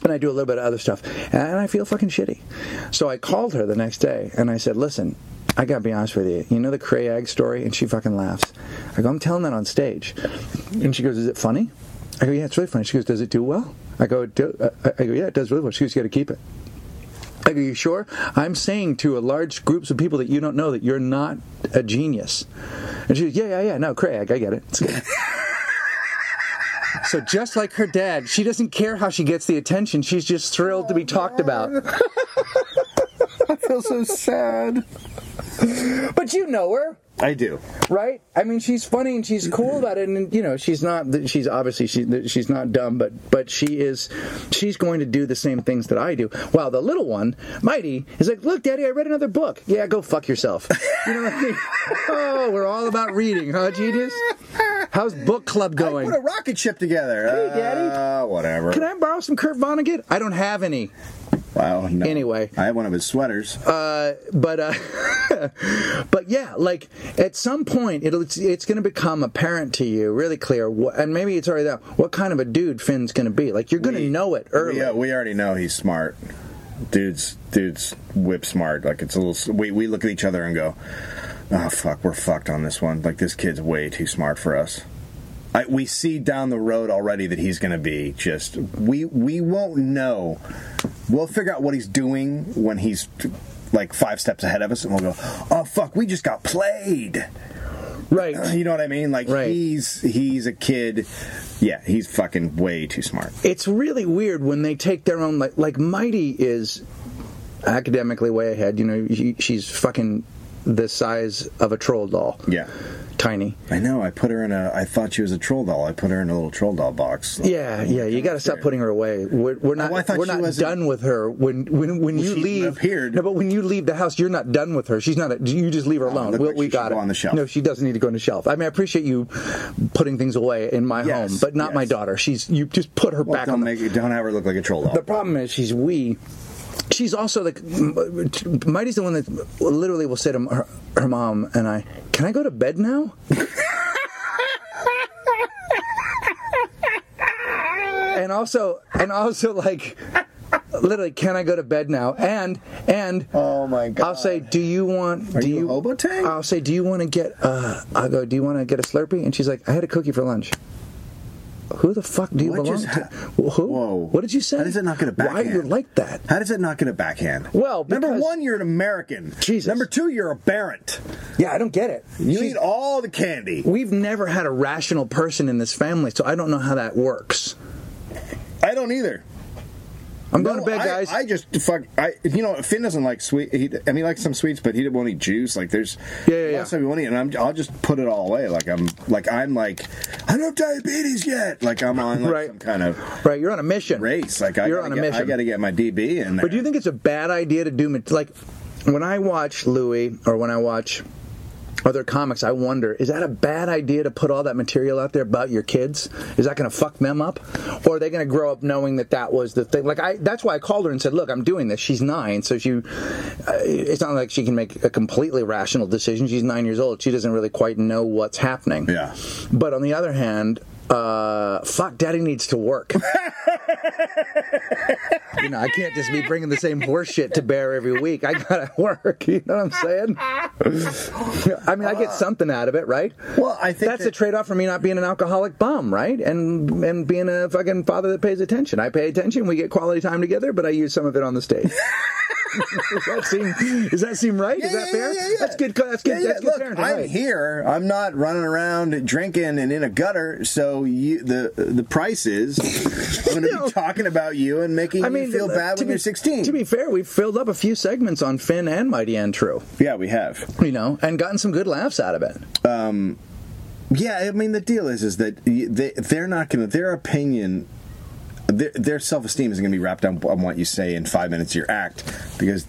Speaker 2: And I do a little bit of other stuff, and I feel fucking shitty. So I called her the next day, and I said, "Listen, I gotta be honest with you. You know the Crayag story?" And she fucking laughs. I go, "I'm telling that on stage," and she goes, "Is it funny?" I go, "Yeah, it's really funny." She goes, "Does it do well?" I go, do, uh, "I go, yeah, it does really well." She goes, "You gotta keep it." Like, Are you sure? I'm saying to a large groups of people that you don't know that you're not a genius. And she goes, Yeah, yeah, yeah. No, Craig, I get it. It's good. so just like her dad, she doesn't care how she gets the attention. She's just thrilled to be talked about.
Speaker 1: I feel so sad.
Speaker 2: But you know her.
Speaker 1: I do.
Speaker 2: right? I mean, she's funny and she's cool about it, and you know, she's not. She's obviously she, she's not dumb, but but she is. She's going to do the same things that I do. While the little one, Mighty, is like, "Look, Daddy, I read another book." Yeah, go fuck yourself. You know what I mean? oh, we're all about reading, huh, genius? How's book club going?
Speaker 1: Put a rocket ship together.
Speaker 2: Oh, Hey, Daddy.
Speaker 1: Uh, whatever.
Speaker 2: Can I borrow some Kurt Vonnegut? I don't have any.
Speaker 1: Wow. no.
Speaker 2: Anyway.
Speaker 1: I have one of his sweaters.
Speaker 2: Uh, but uh, but yeah, like at some point it'll it's, it's going to become apparent to you really clear, what, and maybe it's already that what kind of a dude Finn's going to be. Like you're going to know it early.
Speaker 1: Yeah, we already know he's smart. Dude's dude's whip smart. Like it's a little. We we look at each other and go, "Oh fuck, we're fucked on this one." Like this kid's way too smart for us. I, we see down the road already that he's going to be just. We we won't know. We'll figure out what he's doing when he's like five steps ahead of us, and we'll go, "Oh fuck, we just got played."
Speaker 2: Right.
Speaker 1: You know what I mean? Like
Speaker 2: Right.
Speaker 1: he's he's a kid. Yeah, he's fucking way too smart.
Speaker 2: It's really weird when they take their own like like Mighty is academically way ahead. You know, she, she's fucking the size of a troll doll.
Speaker 1: Yeah.
Speaker 2: tiny.
Speaker 1: I know. I put her in a. I thought she was a troll doll. I put her in a little troll doll box.
Speaker 2: Yeah, yeah. You got to stop putting her away. We're, we're not.
Speaker 1: Oh, I thought
Speaker 2: we're
Speaker 1: she
Speaker 2: not
Speaker 1: wasn't-
Speaker 2: done with her. When when when you
Speaker 1: she
Speaker 2: leave,
Speaker 1: appeared. Oh,
Speaker 2: no, but when you leave the house, you're not done with her. She's not. A, you just leave her alone.
Speaker 1: look
Speaker 2: we
Speaker 1: like
Speaker 2: we
Speaker 1: she
Speaker 2: got
Speaker 1: should
Speaker 2: it
Speaker 1: go on the shelf.
Speaker 2: No, she doesn't need to go on the shelf. I mean, I appreciate you putting things away in my
Speaker 1: Yes,
Speaker 2: home, but not my
Speaker 1: yes.
Speaker 2: daughter. She's you just put her
Speaker 1: Well,
Speaker 2: back
Speaker 1: don't
Speaker 2: on the
Speaker 1: make it. Don't have her look like a troll doll.
Speaker 2: the problem is she's wee. She's also the Mighty's the one that literally will say to her, her mom and I, "Can I go to bed now?" and also, and also like. Literally, can I go to bed now? And and
Speaker 1: Oh, my God.
Speaker 2: I'll say, do you want?
Speaker 1: Are
Speaker 2: do
Speaker 1: you
Speaker 2: you
Speaker 1: Hobotang?
Speaker 2: I'll say, do you want to get? Uh, I'll go. Do you want to get a Slurpee? And she's like, I had a cookie for lunch. Who the fuck do you
Speaker 1: What
Speaker 2: belong
Speaker 1: just
Speaker 2: to?
Speaker 1: hap-
Speaker 2: Who?
Speaker 1: Whoa.
Speaker 2: What did you say?
Speaker 1: How does it not get a
Speaker 2: Why are you
Speaker 1: backhand?
Speaker 2: like that?
Speaker 1: How does that not get a backhand?
Speaker 2: Well,
Speaker 1: number
Speaker 2: because-
Speaker 1: one, you're an American.
Speaker 2: Jesus.
Speaker 1: Number two, you're a Barrett.
Speaker 2: Yeah, I don't get it.
Speaker 1: You eat all the candy.
Speaker 2: We've never had a rational person in this family, so I don't know how that works.
Speaker 1: I don't either.
Speaker 2: I'm going to
Speaker 1: No,
Speaker 2: bed,
Speaker 1: I-
Speaker 2: guys.
Speaker 1: I, just fuck. I you know Finn doesn't like sweet. He I mean, he likes some sweets, but he won't eat juice. Like there's
Speaker 2: Yeah, yeah, yeah.
Speaker 1: lots of we won't eat, and I'm, I'll just put it all away. Like I'm like I'm like I don't have diabetes yet. Like I'm on like
Speaker 2: Right.
Speaker 1: some kind of
Speaker 2: right, you're on a mission.
Speaker 1: race. Like I
Speaker 2: You're
Speaker 1: gotta
Speaker 2: on a
Speaker 1: get, I
Speaker 2: mission.
Speaker 1: got to get my DB in there.
Speaker 2: But do you think it's a bad idea to do mat- like when I watch Louis or when I watch other comics, I wonder is that a bad idea to put all that material out there about your kids? Is that going to fuck them up, or are they going to grow up knowing that that was the thing? Like I, that's why I called her and said, "Look, I'm doing this. She's nine, so she, uh, it's not like she can make a completely rational decision. She's nine years old. She doesn't really quite know what's happening.
Speaker 1: Yeah.
Speaker 2: But on the other hand, uh, fuck, daddy needs to work. you know, I can't just be bringing the same horse shit to bear every week. I gotta work. You know what I'm saying? I mean, I
Speaker 1: Uh,
Speaker 2: get something out of it, right?
Speaker 1: Well, I think
Speaker 2: That's
Speaker 1: that-
Speaker 2: a trade-off for me not being an alcoholic bum, right? And and being a fucking father that pays attention. I pay attention. We get quality time together, but I use some of it on the stage. does that seem Does that seem right? is
Speaker 1: Yeah,
Speaker 2: that
Speaker 1: yeah,
Speaker 2: fair?
Speaker 1: yeah, yeah, yeah.
Speaker 2: That's good. co- That's good.
Speaker 1: Yeah, yeah,
Speaker 2: That's good
Speaker 1: Look,
Speaker 2: parenting,
Speaker 1: I'm
Speaker 2: right.
Speaker 1: here. I'm not running around drinking and in a gutter. So you, the the price is I'm going to
Speaker 2: No.
Speaker 1: be talking about you and making you feel
Speaker 2: uh,
Speaker 1: bad
Speaker 2: to
Speaker 1: when
Speaker 2: be-
Speaker 1: you're 16.
Speaker 2: To be fair, we've filled up a few segments on Finn and Mighty and True,
Speaker 1: yeah, we have.
Speaker 2: you know, and gotten some good laughs out of it.
Speaker 1: Yeah, I mean the deal is is that y- they they're not going to their opinion. Their, their self esteem isn't going to be wrapped up on what you say in five minutes of your act because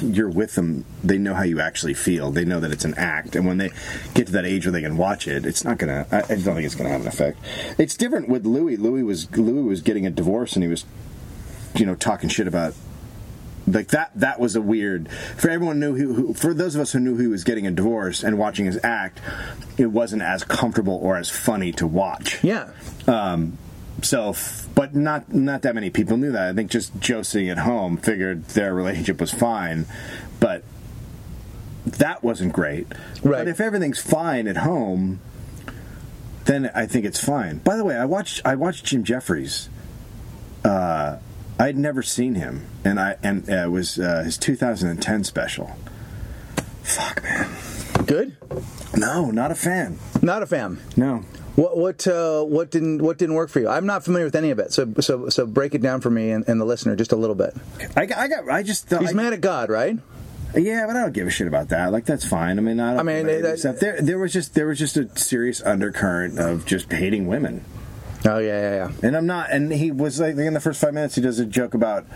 Speaker 1: you're with them. They know how you actually feel. They know that it's an act, and when they get to that age where they can watch it, it's not gonna. I, I don't think it's gonna have an effect. It's different with Louis. Louis was Louis was getting a divorce, and he was, you know, talking shit about like that that was a weird for everyone knew who, who for those of us who knew he was getting a divorce and watching his act it wasn't as comfortable or as funny to watch
Speaker 2: Yeah.
Speaker 1: um so f- but not not that many people knew that i think just joe sitting at home figured their relationship was fine but that wasn't great
Speaker 2: Right.
Speaker 1: but if everything's fine at home then i think it's fine by the way i watched i watched jim jeffries Uh, I'd never seen him, and I and uh, it was uh, his 2010 special. Fuck, man.
Speaker 2: Good.
Speaker 1: No, not a fan.
Speaker 2: Not a fan.
Speaker 1: No.
Speaker 2: What what uh, what didn't what didn't work for you? I'm not familiar with any of it, so so so break it down for me and, and the listener just a little bit.
Speaker 1: I, got- I got. I just. thought
Speaker 2: He's
Speaker 1: I,
Speaker 2: mad at God, right?
Speaker 1: Yeah, but I don't give a shit about that. Like that's fine. I mean, I. Don't
Speaker 2: I mean,
Speaker 1: know any of
Speaker 2: that-
Speaker 1: this stuff. there there was just there was just a serious undercurrent of just hating women.
Speaker 2: Oh yeah yeah yeah.
Speaker 1: And I'm not. And he was like in the first five minutes, he does a joke about,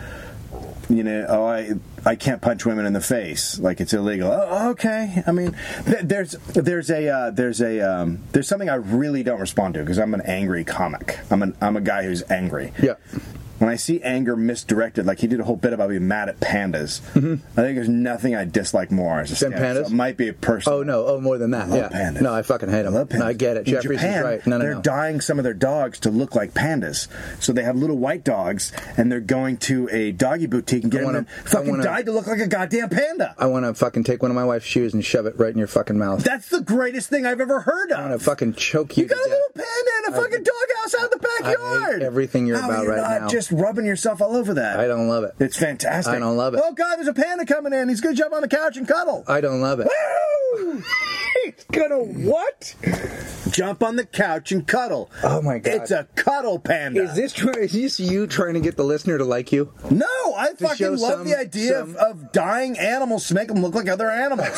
Speaker 1: you know, oh, I I can't punch women in the face, like it's illegal. Oh, okay. I mean, th- there's there's a uh, there's a um, there's something I really don't respond to because I'm an angry comic. I'm an I'm a guy who's angry.
Speaker 2: Yeah.
Speaker 1: When I see anger misdirected, like he did a whole bit about being mad at pandas, I think there's nothing I dislike more as a
Speaker 2: Than
Speaker 1: stand-up.
Speaker 2: Mm-hmm. pandas?
Speaker 1: So it might be a person.
Speaker 2: Oh no! Oh more than that.
Speaker 1: love
Speaker 2: yeah.
Speaker 1: pandas.
Speaker 2: No, I fucking hate him.
Speaker 1: I love pandas.
Speaker 2: No, I get it.
Speaker 1: In
Speaker 2: Jeffries
Speaker 1: Japan,
Speaker 2: is right. No no
Speaker 1: they're
Speaker 2: no.
Speaker 1: dyeing some of their dogs to look like pandas. So they have little white dogs, and they're going to a doggy boutique and
Speaker 2: I
Speaker 1: getting
Speaker 2: wanna-
Speaker 1: them
Speaker 2: I
Speaker 1: fucking
Speaker 2: wanna-
Speaker 1: dyed to look like a goddamn panda.
Speaker 2: I want to fucking take one of my wife's shoes and shove it right in your fucking mouth.
Speaker 1: That's the greatest thing I've ever heard
Speaker 2: I want
Speaker 1: of.
Speaker 2: to fucking choke you.
Speaker 1: You got
Speaker 2: to
Speaker 1: a
Speaker 2: death.
Speaker 1: little panda and a fucking doghouse out in the
Speaker 2: I hate
Speaker 1: backyard.
Speaker 2: everything you're
Speaker 1: How are
Speaker 2: about
Speaker 1: you
Speaker 2: right
Speaker 1: not
Speaker 2: now.
Speaker 1: Just rubbing yourself all over that.
Speaker 2: I don't love it.
Speaker 1: It's fantastic.
Speaker 2: I don't love it. Uh,
Speaker 1: Oh God, there's a panda coming in. He's gonna jump on the couch and cuddle.
Speaker 2: I don't love it.
Speaker 1: Woo! He's gonna what? Jump on the couch and cuddle.
Speaker 2: Oh, my God.
Speaker 1: It's a cuddle panda.
Speaker 2: Is this try- is this you trying to get the listener to like you?
Speaker 1: No, I
Speaker 2: show
Speaker 1: fucking love
Speaker 2: some-
Speaker 1: the idea of,
Speaker 2: some-
Speaker 1: of dying animals to make them look like other animals.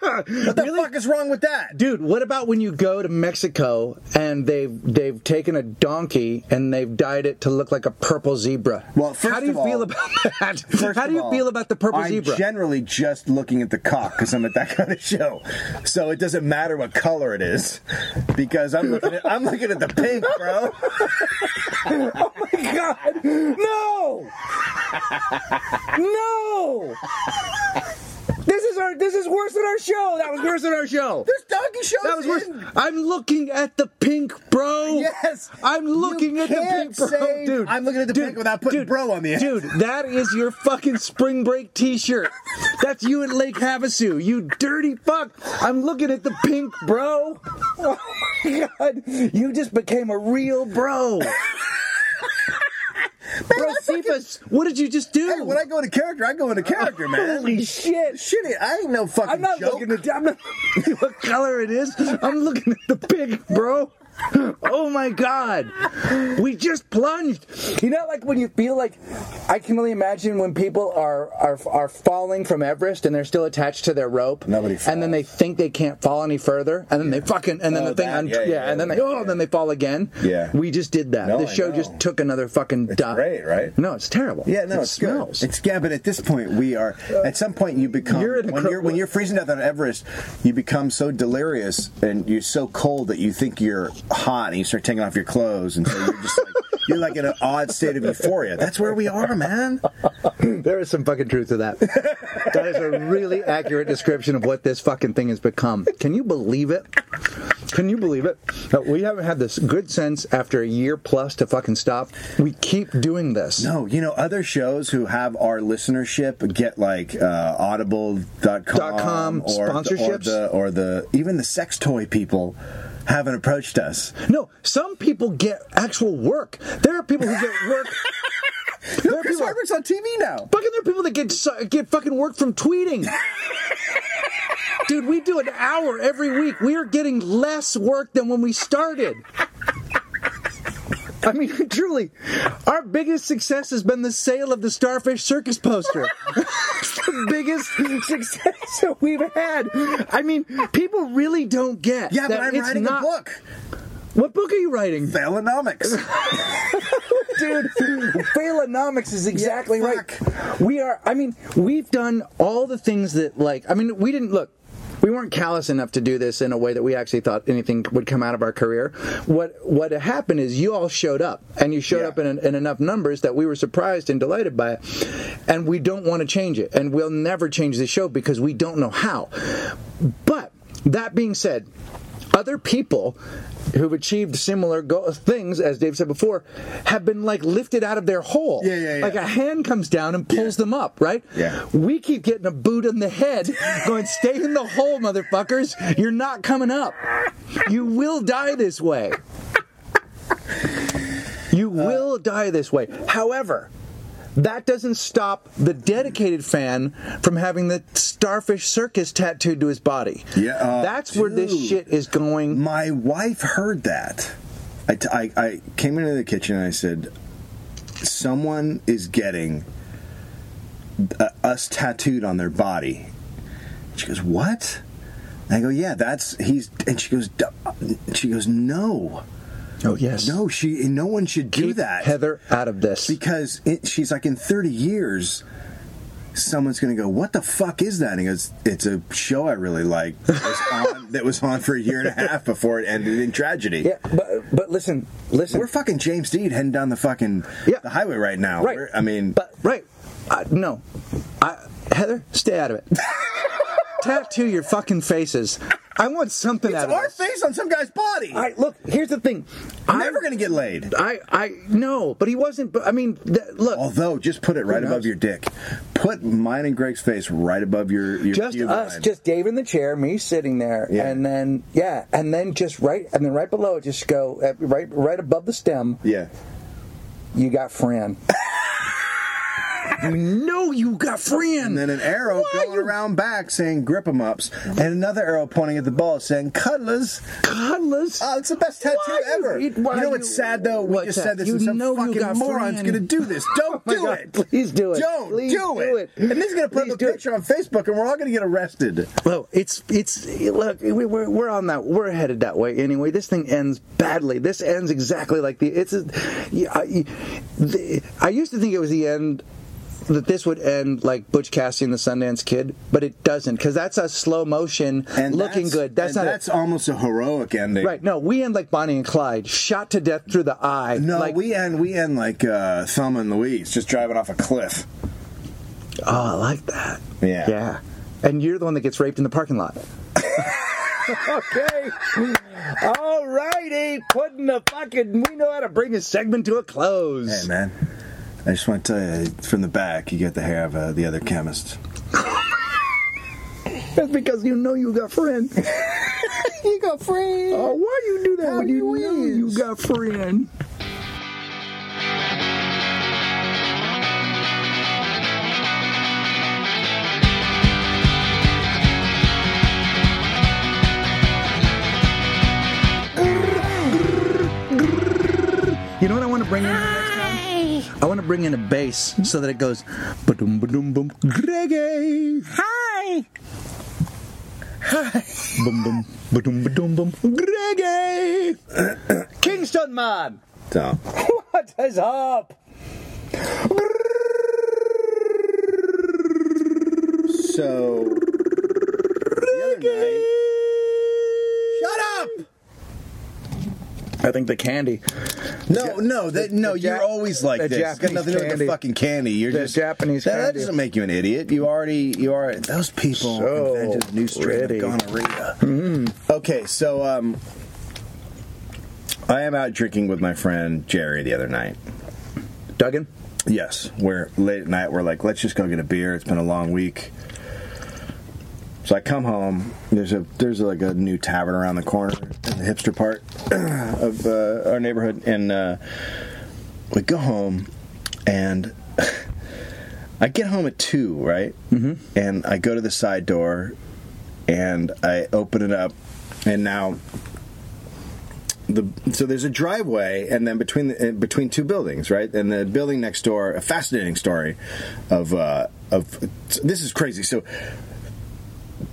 Speaker 1: What the fuck is wrong with that?
Speaker 2: Dude, what about when you go to Mexico and they've they've taken a donkey and they've dyed it to look like a purple zebra?
Speaker 1: Well, first
Speaker 2: how do you
Speaker 1: of all-
Speaker 2: feel about that?
Speaker 1: First
Speaker 2: how do
Speaker 1: of
Speaker 2: you
Speaker 1: all,
Speaker 2: feel about the purple
Speaker 1: I'm
Speaker 2: zebra?
Speaker 1: generally just looking at the cock because I'm at that kind of show, so it doesn't matter what color it is because I'm looking at I'm looking at the pink, bro.
Speaker 2: Oh God, no, no. This is our. This is worse than our show. That was worse than our show.
Speaker 1: There's donkey shows.
Speaker 2: That was worse.
Speaker 1: in-
Speaker 2: I'm looking at the pink, bro.
Speaker 1: Yes.
Speaker 2: I'm looking
Speaker 1: You
Speaker 2: at the
Speaker 1: can't
Speaker 2: pink, bro,
Speaker 1: say,
Speaker 2: dude.
Speaker 1: "I'm looking at the
Speaker 2: dude,
Speaker 1: pink," without putting
Speaker 2: dude,
Speaker 1: bro on the end.
Speaker 2: Dude, that is your fucking spring break T-shirt. That's you at Lake Havasu. You dirty fuck. I'm looking at the pink, bro. Oh my god, you just became a real bro. bro, Cephas, what did you just do?
Speaker 1: Hey, when I go into character, I go into character, man.
Speaker 2: Holy shit.
Speaker 1: Shitty, I ain't no fucking
Speaker 2: I'm not
Speaker 1: joke.
Speaker 2: looking at I'm not what color it is. I'm looking at the pig, bro. Oh my god. We just plunged. You know like when you feel like I can only imagine when people are are are falling from Everest and they're still attached to their rope.
Speaker 1: Nobody
Speaker 2: And then they think they can't fall any further and then they fucking and then
Speaker 1: Oh,
Speaker 2: the thing
Speaker 1: that,
Speaker 2: unt-
Speaker 1: yeah,
Speaker 2: yeah,
Speaker 1: yeah,
Speaker 2: and then
Speaker 1: yeah,
Speaker 2: they oh
Speaker 1: yeah.
Speaker 2: then they fall again.
Speaker 1: Yeah.
Speaker 2: We just did that.
Speaker 1: No,
Speaker 2: the
Speaker 1: I
Speaker 2: show
Speaker 1: know.
Speaker 2: just took another fucking dive.
Speaker 1: great, right?
Speaker 2: No, it's terrible.
Speaker 1: Yeah, no,
Speaker 2: it
Speaker 1: it's
Speaker 2: smells.
Speaker 1: good. It's yeah, but at this point, we are. At some point, you become
Speaker 2: You're in the
Speaker 1: when
Speaker 2: cro-
Speaker 1: you're when you're freezing death on Everest, you become so delirious and you're so cold that you think you're hot and you start taking off your clothes, and so you're just like you're like in an odd state of euphoria. That's where we are, man.
Speaker 2: There is some fucking truth to that. that is a really accurate description of what this fucking thing has become. Can you believe it? Can you believe it? That we haven't had this good sense after a year plus to fucking stop. We keep doing this.
Speaker 1: No, you know, other shows who have our listenership get like uh, audible.com
Speaker 2: Dot com sponsorships?
Speaker 1: the, or the even the sex toy people haven't approached us.
Speaker 2: No, some people get actual work. There are people who get work. there are
Speaker 1: Chris
Speaker 2: people,
Speaker 1: Harper's on TV now.
Speaker 2: fucking there are people that get su- get fucking work from tweeting. Dude, we do an hour every week. We are getting less work than when we started. I mean, truly, our biggest success has been the sale of the Starfish Circus poster. it's the biggest success that we've had. I mean, people really don't get.
Speaker 1: Yeah, but
Speaker 2: that
Speaker 1: I'm
Speaker 2: it's
Speaker 1: writing
Speaker 2: not-
Speaker 1: a book,
Speaker 2: What book are you writing?
Speaker 1: Phalanomics.
Speaker 2: dude. Phalanomics is exactly
Speaker 1: Yeah,
Speaker 2: right. We are. I mean, we've done all the things that like. I mean, we didn't look. We weren't callous enough to do this in a way that we actually thought anything would come out of our career. What what happened is you all showed up, and you showed
Speaker 1: Yeah.
Speaker 2: up in, in enough numbers that we were surprised and delighted by it. And we don't want to change it, and we'll never change the show because we don't know how. But that being said, other people who've achieved similar go- things, as Dave said before, have been like lifted out of their hole.
Speaker 1: Yeah, yeah, yeah.
Speaker 2: Like a hand comes down and pulls them up, right?
Speaker 1: Yeah.
Speaker 2: We keep getting a boot in the head, going, "Stay in the hole, motherfuckers! You're not coming up. You will die this way. You will die this way." However. That doesn't stop the dedicated fan from having the starfish circus tattooed to his body.
Speaker 1: Yeah, uh,
Speaker 2: that's where this
Speaker 1: dude.
Speaker 2: shit is going.
Speaker 1: My wife heard that. I, t- I, I came into the kitchen and I said, Someone is getting uh, us tattooed on their body. She goes, What? And I go, Yeah, that's he's. And she goes, "D- She goes, No,
Speaker 2: Oh yes,
Speaker 1: no, she, no one should do
Speaker 2: Keep
Speaker 1: that.
Speaker 2: Heather out of this.
Speaker 1: because it, she's like in 30 years someone's gonna go what the fuck is that and he goes it's a show i really like that was on, that was on for a year and a half before it ended in tragedy
Speaker 2: yeah, but but listen, listen.
Speaker 1: we're fucking james dean heading down the fucking
Speaker 2: Yeah.
Speaker 1: the highway right now
Speaker 2: Right.
Speaker 1: We're- i mean
Speaker 2: but right, I, no, I, Heather, stay out of it. Tattoo your fucking faces. I want something
Speaker 1: it's
Speaker 2: out of
Speaker 1: our
Speaker 2: this.
Speaker 1: face on some guy's body
Speaker 2: All right, look. Here's the thing.
Speaker 1: i'm
Speaker 2: I-
Speaker 1: never gonna get laid
Speaker 2: I I no, but he wasn't. But I mean, th- look.
Speaker 1: although just put it right
Speaker 2: knows?
Speaker 1: above your dick put mine and greg's face right above your, your
Speaker 2: just
Speaker 1: pubic
Speaker 2: us,
Speaker 1: line.
Speaker 2: just Dave in the chair, me sitting there,
Speaker 1: Yeah.
Speaker 2: and then yeah, and then just right, and then right below it, just go uh, right, right above the stem.
Speaker 1: yeah
Speaker 2: You got Fran. you know you got friends.
Speaker 1: and then an arrow
Speaker 2: Why
Speaker 1: going
Speaker 2: you-
Speaker 1: around back saying grip 'em ups, and another arrow pointing at the ball saying cuddlers.
Speaker 2: Godless.
Speaker 1: Oh, it's the best tattoo
Speaker 2: Why you-
Speaker 1: ever. You,
Speaker 2: it- why
Speaker 1: know
Speaker 2: you-
Speaker 1: what's sad though? We
Speaker 2: what's
Speaker 1: just
Speaker 2: that?
Speaker 1: said this,
Speaker 2: You
Speaker 1: and some
Speaker 2: know you
Speaker 1: fucking
Speaker 2: got
Speaker 1: moron's
Speaker 2: friend.
Speaker 1: gonna do this. Don't
Speaker 2: my
Speaker 1: do
Speaker 2: God,
Speaker 1: it.
Speaker 2: please do it.
Speaker 1: Don't
Speaker 2: Please
Speaker 1: do,
Speaker 2: do
Speaker 1: it.
Speaker 2: it.
Speaker 1: And this is gonna put
Speaker 2: Please
Speaker 1: up a
Speaker 2: do it.
Speaker 1: picture on Facebook, and we're all gonna get arrested.
Speaker 2: Well, it's it's look we, we're we're on that we're headed that way anyway. This thing ends badly. This ends exactly like the it's. A, yeah, I, the, I used to think it was the end that this would end like Butch Cassidy and the Sundance Kid, but it doesn't because that's a slow motion
Speaker 1: And
Speaker 2: looking
Speaker 1: that's-
Speaker 2: good. That's
Speaker 1: and
Speaker 2: not it.
Speaker 1: That's almost a heroic ending.
Speaker 2: right. No, we end like Bonnie and Clyde, shot to death through the eye.
Speaker 1: No,
Speaker 2: like,
Speaker 1: we end we end like uh, Thelma and Louise, just driving off a cliff.
Speaker 2: Oh, I like that.
Speaker 1: Yeah.
Speaker 2: Yeah. And you're the one that gets raped in the parking lot. okay. All righty. Putting the fucking. We know how to bring a segment to a close.
Speaker 1: Hey man, I just want to tell you from the back, you get the hair of uh, the other chemist.
Speaker 2: That's because you know you got friends.
Speaker 1: You got free.
Speaker 2: Oh, why you do that
Speaker 1: How
Speaker 2: when
Speaker 1: do
Speaker 2: you
Speaker 1: you
Speaker 2: know you
Speaker 1: is?
Speaker 2: got friends? You know what I want to bring in? next time? I want to bring in a bass so that it goes ba-dum ba-dum bum reggae. Hi. Hi. Bum bum ba-dum ba-dum bum reggae. Kingston man,
Speaker 1: So,
Speaker 2: what is up?
Speaker 1: so the other night, shut up.
Speaker 2: I think the candy.
Speaker 1: No, no, that no.
Speaker 2: the
Speaker 1: you're
Speaker 2: Jap-
Speaker 1: always like
Speaker 2: the
Speaker 1: this. It's got
Speaker 2: Japanese
Speaker 1: nothing to do with the
Speaker 2: candy.
Speaker 1: fucking candy. You're
Speaker 2: The
Speaker 1: just
Speaker 2: Japanese
Speaker 1: that, That
Speaker 2: candy.
Speaker 1: doesn't make you an idiot. You already, you are. Those people
Speaker 2: So
Speaker 1: invented a new strain
Speaker 2: pretty.
Speaker 1: of gonorrhea. Mm-hmm. Okay, so um, I am out drinking with my friend Jerry the other night.
Speaker 2: Duggan?
Speaker 1: Yes, we're late at night. We're like, let's just go get a beer. It's been a long week. So I come home. There's a there's like a new tavern around the corner in the hipster part of uh, our neighborhood, and uh, we go home, and I get home at two, right? Mm-hmm. And I go to the side door, and I open it up, and now the so there's a driveway and then between the, uh, between two buildings right and the building next door a fascinating story of uh of this is crazy so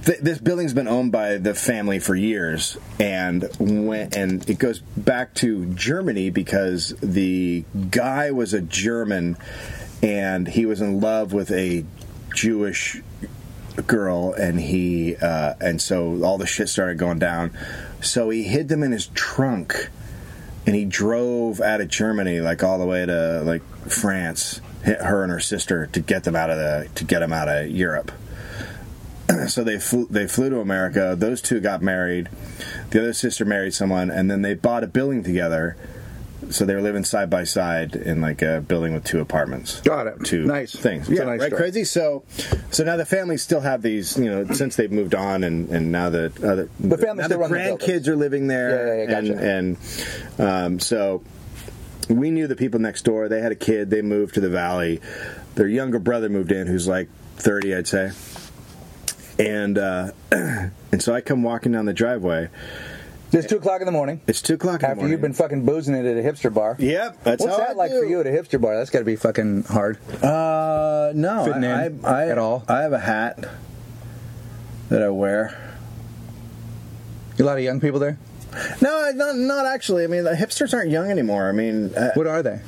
Speaker 1: th- this building's been owned by the family for years and went and it goes back to Germany because the guy was a German and he was in love with a Jewish girl and he uh, and so all the shit started going down so he hid them in his trunk and he drove out of Germany like all the way to like France hit her and her sister to get them out of the to get them out of Europe so they flew, they flew to America. Those two got married. The other sister married someone, and then they bought a building together. So they were living side by side in like a building with two apartments.
Speaker 2: Got it.
Speaker 1: Two
Speaker 2: Nice.
Speaker 1: things.
Speaker 2: It's a
Speaker 1: yeah,
Speaker 2: nice
Speaker 1: right.
Speaker 2: story.
Speaker 1: Crazy. So, so now the families still have these. You know, since they've moved on, and and now the other the
Speaker 2: family
Speaker 1: now
Speaker 2: still
Speaker 1: the
Speaker 2: run the building.
Speaker 1: grandkids are living there.
Speaker 2: Yeah, yeah, yeah, gotcha.
Speaker 1: And, and um, so we knew the people next door. They had a kid. They moved to the valley. Their younger brother moved in, who's like thirty, I'd say. And uh, and so I come walking down the driveway.
Speaker 2: It's 2 o'clock in the morning.
Speaker 1: It's two o'clock. in the
Speaker 2: After you've been
Speaker 1: morning.
Speaker 2: fucking boozing it at a hipster bar.
Speaker 1: Yep. That's
Speaker 2: What's
Speaker 1: how
Speaker 2: that
Speaker 1: I
Speaker 2: like
Speaker 1: do.
Speaker 2: for you at a hipster bar? That's got to be fucking hard.
Speaker 1: Uh, no,
Speaker 2: Fitting
Speaker 1: I,
Speaker 2: in
Speaker 1: I, I,
Speaker 2: at all?
Speaker 1: I have a hat that I wear.
Speaker 2: A lot of young people there.
Speaker 1: No, not not actually. I mean, the hipsters aren't young anymore. I mean, uh,
Speaker 2: What are they?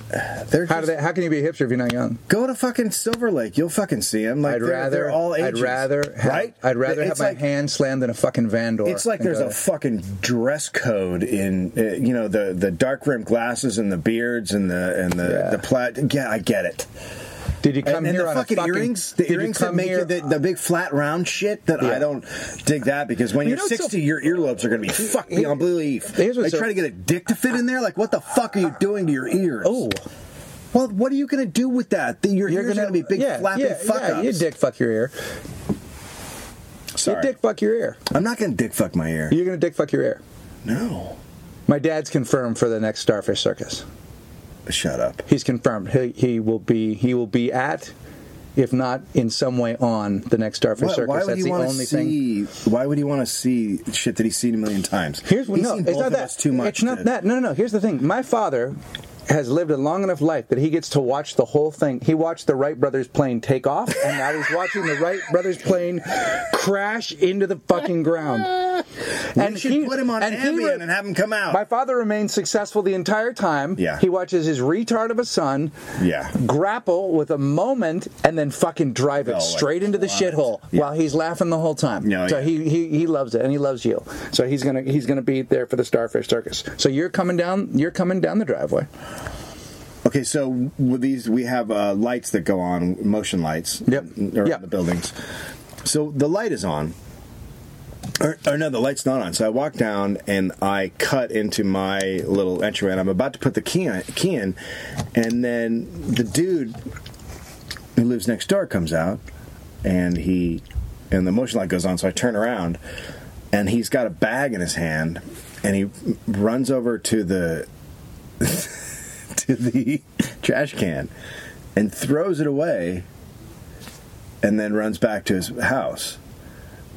Speaker 1: they're
Speaker 2: How do
Speaker 1: just-
Speaker 2: they? How can you be a hipster if you're not young?
Speaker 1: go to fucking Silver Lake. You'll fucking see them. Like
Speaker 2: I'd
Speaker 1: they're,
Speaker 2: rather.
Speaker 1: they're all ages.
Speaker 2: I'd rather. Have,
Speaker 1: right?
Speaker 2: I'd rather
Speaker 1: It's
Speaker 2: have my
Speaker 1: like-
Speaker 2: hand slammed in a fucking van door.
Speaker 1: It's like
Speaker 2: than
Speaker 1: there's
Speaker 2: go
Speaker 1: a
Speaker 2: to-
Speaker 1: fucking dress code in uh, you know the the dark rimmed glasses and the beards and the and the
Speaker 2: Yeah.
Speaker 1: the plaid. Yeah, I get it.
Speaker 2: did you come
Speaker 1: and, and
Speaker 2: here
Speaker 1: the
Speaker 2: on
Speaker 1: fucking,
Speaker 2: a fucking
Speaker 1: earrings, the
Speaker 2: did you
Speaker 1: earrings that
Speaker 2: come
Speaker 1: make
Speaker 2: here-
Speaker 1: it the, the big flat round shit that I
Speaker 2: Yeah.
Speaker 1: don't dig that because when
Speaker 2: You
Speaker 1: you're
Speaker 2: know, so-
Speaker 1: 60, your earlobes are going to be fucked beyond belief. They
Speaker 2: Here's what's so-
Speaker 1: try to get a dick to fit in there. Like, what the fuck are you doing to your ears?
Speaker 2: Oh,
Speaker 1: well, what are you going to do with that? The- Your
Speaker 2: you're
Speaker 1: ears
Speaker 2: gonna
Speaker 1: are going to be big
Speaker 2: yeah,
Speaker 1: flapping
Speaker 2: yeah,
Speaker 1: fuck
Speaker 2: yeah,
Speaker 1: ups.
Speaker 2: You dick fuck your ear.
Speaker 1: Sorry.
Speaker 2: You dick fuck your ear.
Speaker 1: I'm not going to dick fuck my ear.
Speaker 2: You're gonna dick fuck your ear.
Speaker 1: No.
Speaker 2: My dad's confirmed for the next Starfish Circus.
Speaker 1: Shut up.
Speaker 2: He's confirmed. He, he will be. He will be at if not in some way on the next Starfish
Speaker 1: Why,
Speaker 2: Circus.
Speaker 1: why would
Speaker 2: That's
Speaker 1: you
Speaker 2: the
Speaker 1: want to
Speaker 2: only thing.
Speaker 1: see? Why would you want to see shit that he's seen a million times?
Speaker 2: Here's what
Speaker 1: he's
Speaker 2: no,
Speaker 1: seen
Speaker 2: it's
Speaker 1: both
Speaker 2: not
Speaker 1: of
Speaker 2: that.
Speaker 1: us too much.
Speaker 2: It's not
Speaker 1: to-
Speaker 2: that. No, no, no. Here's the thing. My father has lived a long enough life that he gets to watch the whole thing. He watched the Wright brothers plane take off, and now he's watching the Wright brothers plane crash into the fucking ground. And
Speaker 1: We should put him on
Speaker 2: and he
Speaker 1: Ambien
Speaker 2: re-
Speaker 1: and have him come out.
Speaker 2: My father remains successful the entire time.
Speaker 1: Yeah.
Speaker 2: He watches his retard of a son
Speaker 1: Yeah.
Speaker 2: grapple with a moment and then fucking drive it
Speaker 1: No, like,
Speaker 2: straight into the
Speaker 1: what?
Speaker 2: shithole
Speaker 1: Yeah.
Speaker 2: while he's laughing the whole time.
Speaker 1: No,
Speaker 2: so
Speaker 1: yeah.
Speaker 2: he, he he loves it and he loves you. So he's gonna he's gonna be there for the Starfish Circus. So you're coming down you're coming down the driveway.
Speaker 1: Okay, so with these we have uh, lights that go on, motion lights
Speaker 2: Yep.
Speaker 1: around
Speaker 2: Yep.
Speaker 1: the buildings. So the light is on. Or, or no, the light's not on. So I walk down and I cut into my little entryway, and I'm about to put the key in, key in and then the dude who lives next door comes out, and he and the motion light goes on. So I turn around, and he's got a bag in his hand, and he runs over to the to the trash can and throws it away and then runs back to his house.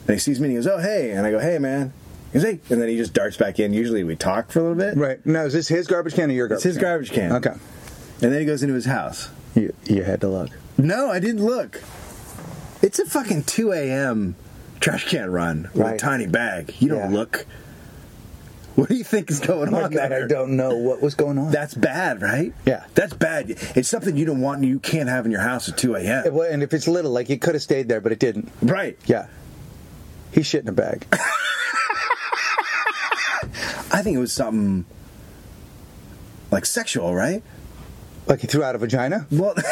Speaker 1: And he sees me and he goes, Oh, hey. And I go, Hey, man. He goes, Hey. And then he just darts back in. Usually we talk for a little bit.
Speaker 2: Right. Now is this his garbage can or your
Speaker 1: It's
Speaker 2: garbage
Speaker 1: his
Speaker 2: can?
Speaker 1: garbage can.
Speaker 2: Okay.
Speaker 1: And then he goes into his house.
Speaker 2: You you had to look.
Speaker 1: No, I didn't look. It's a fucking 2 a.m. trash can run with a
Speaker 2: Right.
Speaker 1: tiny bag. You don't
Speaker 2: Yeah.
Speaker 1: look. What do you think is going
Speaker 2: My
Speaker 1: on
Speaker 2: God,
Speaker 1: there?
Speaker 2: I don't know what was going on.
Speaker 1: That's bad, right?
Speaker 2: Yeah.
Speaker 1: That's bad. It's something you don't want and you can't have in your house at 2 a.m.
Speaker 2: Well, and if it's little, like it could have stayed there, but it didn't.
Speaker 1: Right.
Speaker 2: Yeah. He shit in a bag.
Speaker 1: I think it was something like sexual, right?
Speaker 2: like he threw out a vagina.
Speaker 1: Well,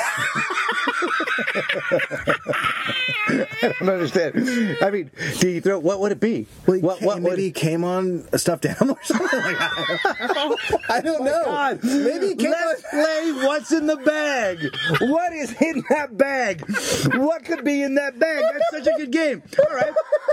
Speaker 2: I don't understand. I mean, do you throw? What would it be?
Speaker 1: well
Speaker 2: what? What
Speaker 1: maybe
Speaker 2: would?
Speaker 1: he came on a stuffed animal or something. Like, I I don't know.
Speaker 2: Oh God.
Speaker 1: Maybe he came
Speaker 2: Let's
Speaker 1: on.
Speaker 2: play what's in the bag. What is in that bag? What could be in that bag? That's such a good game. All right.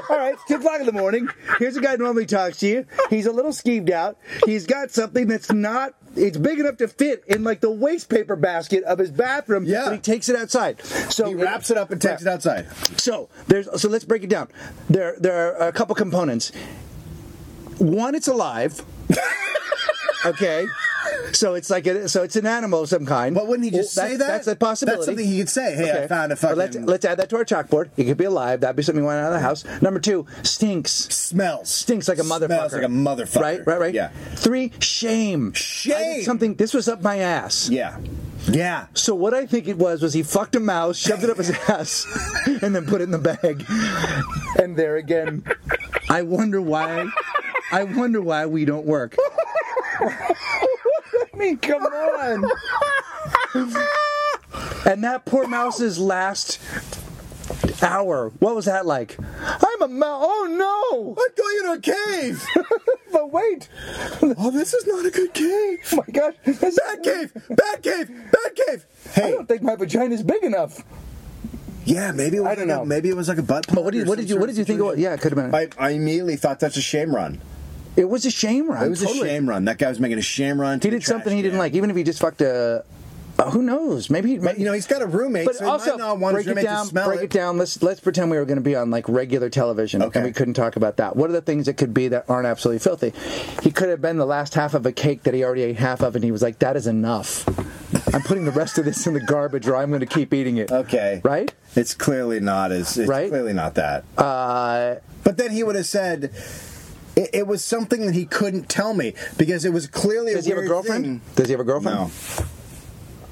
Speaker 2: All right. It's 2 o'clock in the morning. Here's a guy who normally talks to you. He's a little skeeved out. He's got something that's not, it's big enough to fit in like the waste paper basket of his bathroom.
Speaker 1: Yeah.
Speaker 2: But he takes it outside. So
Speaker 1: He wraps it up and takes it outside.
Speaker 2: So there's so let's break it down. There there are a couple components. One, it's alive. okay. So it's like a, so it's an animal of some kind.
Speaker 1: But wouldn't he just
Speaker 2: Well,
Speaker 1: say that?
Speaker 2: that's- That's a possibility.
Speaker 1: That's something he could say. Hey, I
Speaker 2: Okay.
Speaker 1: found a
Speaker 2: Well,
Speaker 1: fucking
Speaker 2: Let's, let's add that to our chalkboard. It could be alive. That'd be something you want out of the house. Number two, stinks.
Speaker 1: smells.
Speaker 2: Stinks like a motherfucker.
Speaker 1: Smells like a motherfucker.
Speaker 2: Right, right, right.
Speaker 1: Yeah.
Speaker 2: Three, shame. I
Speaker 1: Shame.
Speaker 2: did something. This was up my ass.
Speaker 1: Yeah. Yeah.
Speaker 2: So what I think it was was he fucked a mouse, shoved it up his ass, and then put it in the bag. And there again, I wonder why. I wonder why we don't work. I mean, come on. And that poor mouse's last hour. What was that like? I'm a mouse. Oh
Speaker 1: I'm going to a cave.
Speaker 2: no! but wait.
Speaker 1: oh, this is not a good cave.
Speaker 2: Oh my gosh. This
Speaker 1: Bad cave. Bad cave. Bad cave.
Speaker 2: I
Speaker 1: Hey.
Speaker 2: don't think my vagina's big enough.
Speaker 1: Yeah, maybe it was
Speaker 2: I don't
Speaker 1: like a-
Speaker 2: know.
Speaker 1: maybe it was like a butt.
Speaker 2: But what did, what did you what did you think? It was? Yeah, it could have been.
Speaker 1: I, I immediately thought that's a shame run.
Speaker 2: It was a shame run.
Speaker 1: It was
Speaker 2: totally.
Speaker 1: a shame run. That guy was making a shame run. To
Speaker 2: He
Speaker 1: the
Speaker 2: did something
Speaker 1: trash
Speaker 2: he didn't
Speaker 1: can.
Speaker 2: like, even if he just fucked a. uh, who knows? Maybe he.
Speaker 1: But you know, he's got a roommate,
Speaker 2: But
Speaker 1: so he
Speaker 2: also,
Speaker 1: might not want
Speaker 2: break
Speaker 1: his
Speaker 2: it
Speaker 1: roommate
Speaker 2: down.
Speaker 1: to smell
Speaker 2: Break it. down. Let's let's pretend we were going to be on like regular television,
Speaker 1: Okay.
Speaker 2: and we couldn't talk about that. What are the things that could be that aren't absolutely filthy? He could have been the last half of a cake that he already ate half of, and he was like, "That is enough. I'm putting the rest of this in the garbage, or I'm going to keep eating it."
Speaker 1: Okay.
Speaker 2: Right.
Speaker 1: It's clearly not as. It's
Speaker 2: Right?
Speaker 1: clearly not that.
Speaker 2: Uh,
Speaker 1: But then he would have said. It, it was something that he couldn't tell me because it was clearly
Speaker 2: does
Speaker 1: a
Speaker 2: he have a
Speaker 1: weird
Speaker 2: girlfriend?
Speaker 1: thing.
Speaker 2: Does he have a girlfriend?
Speaker 1: No,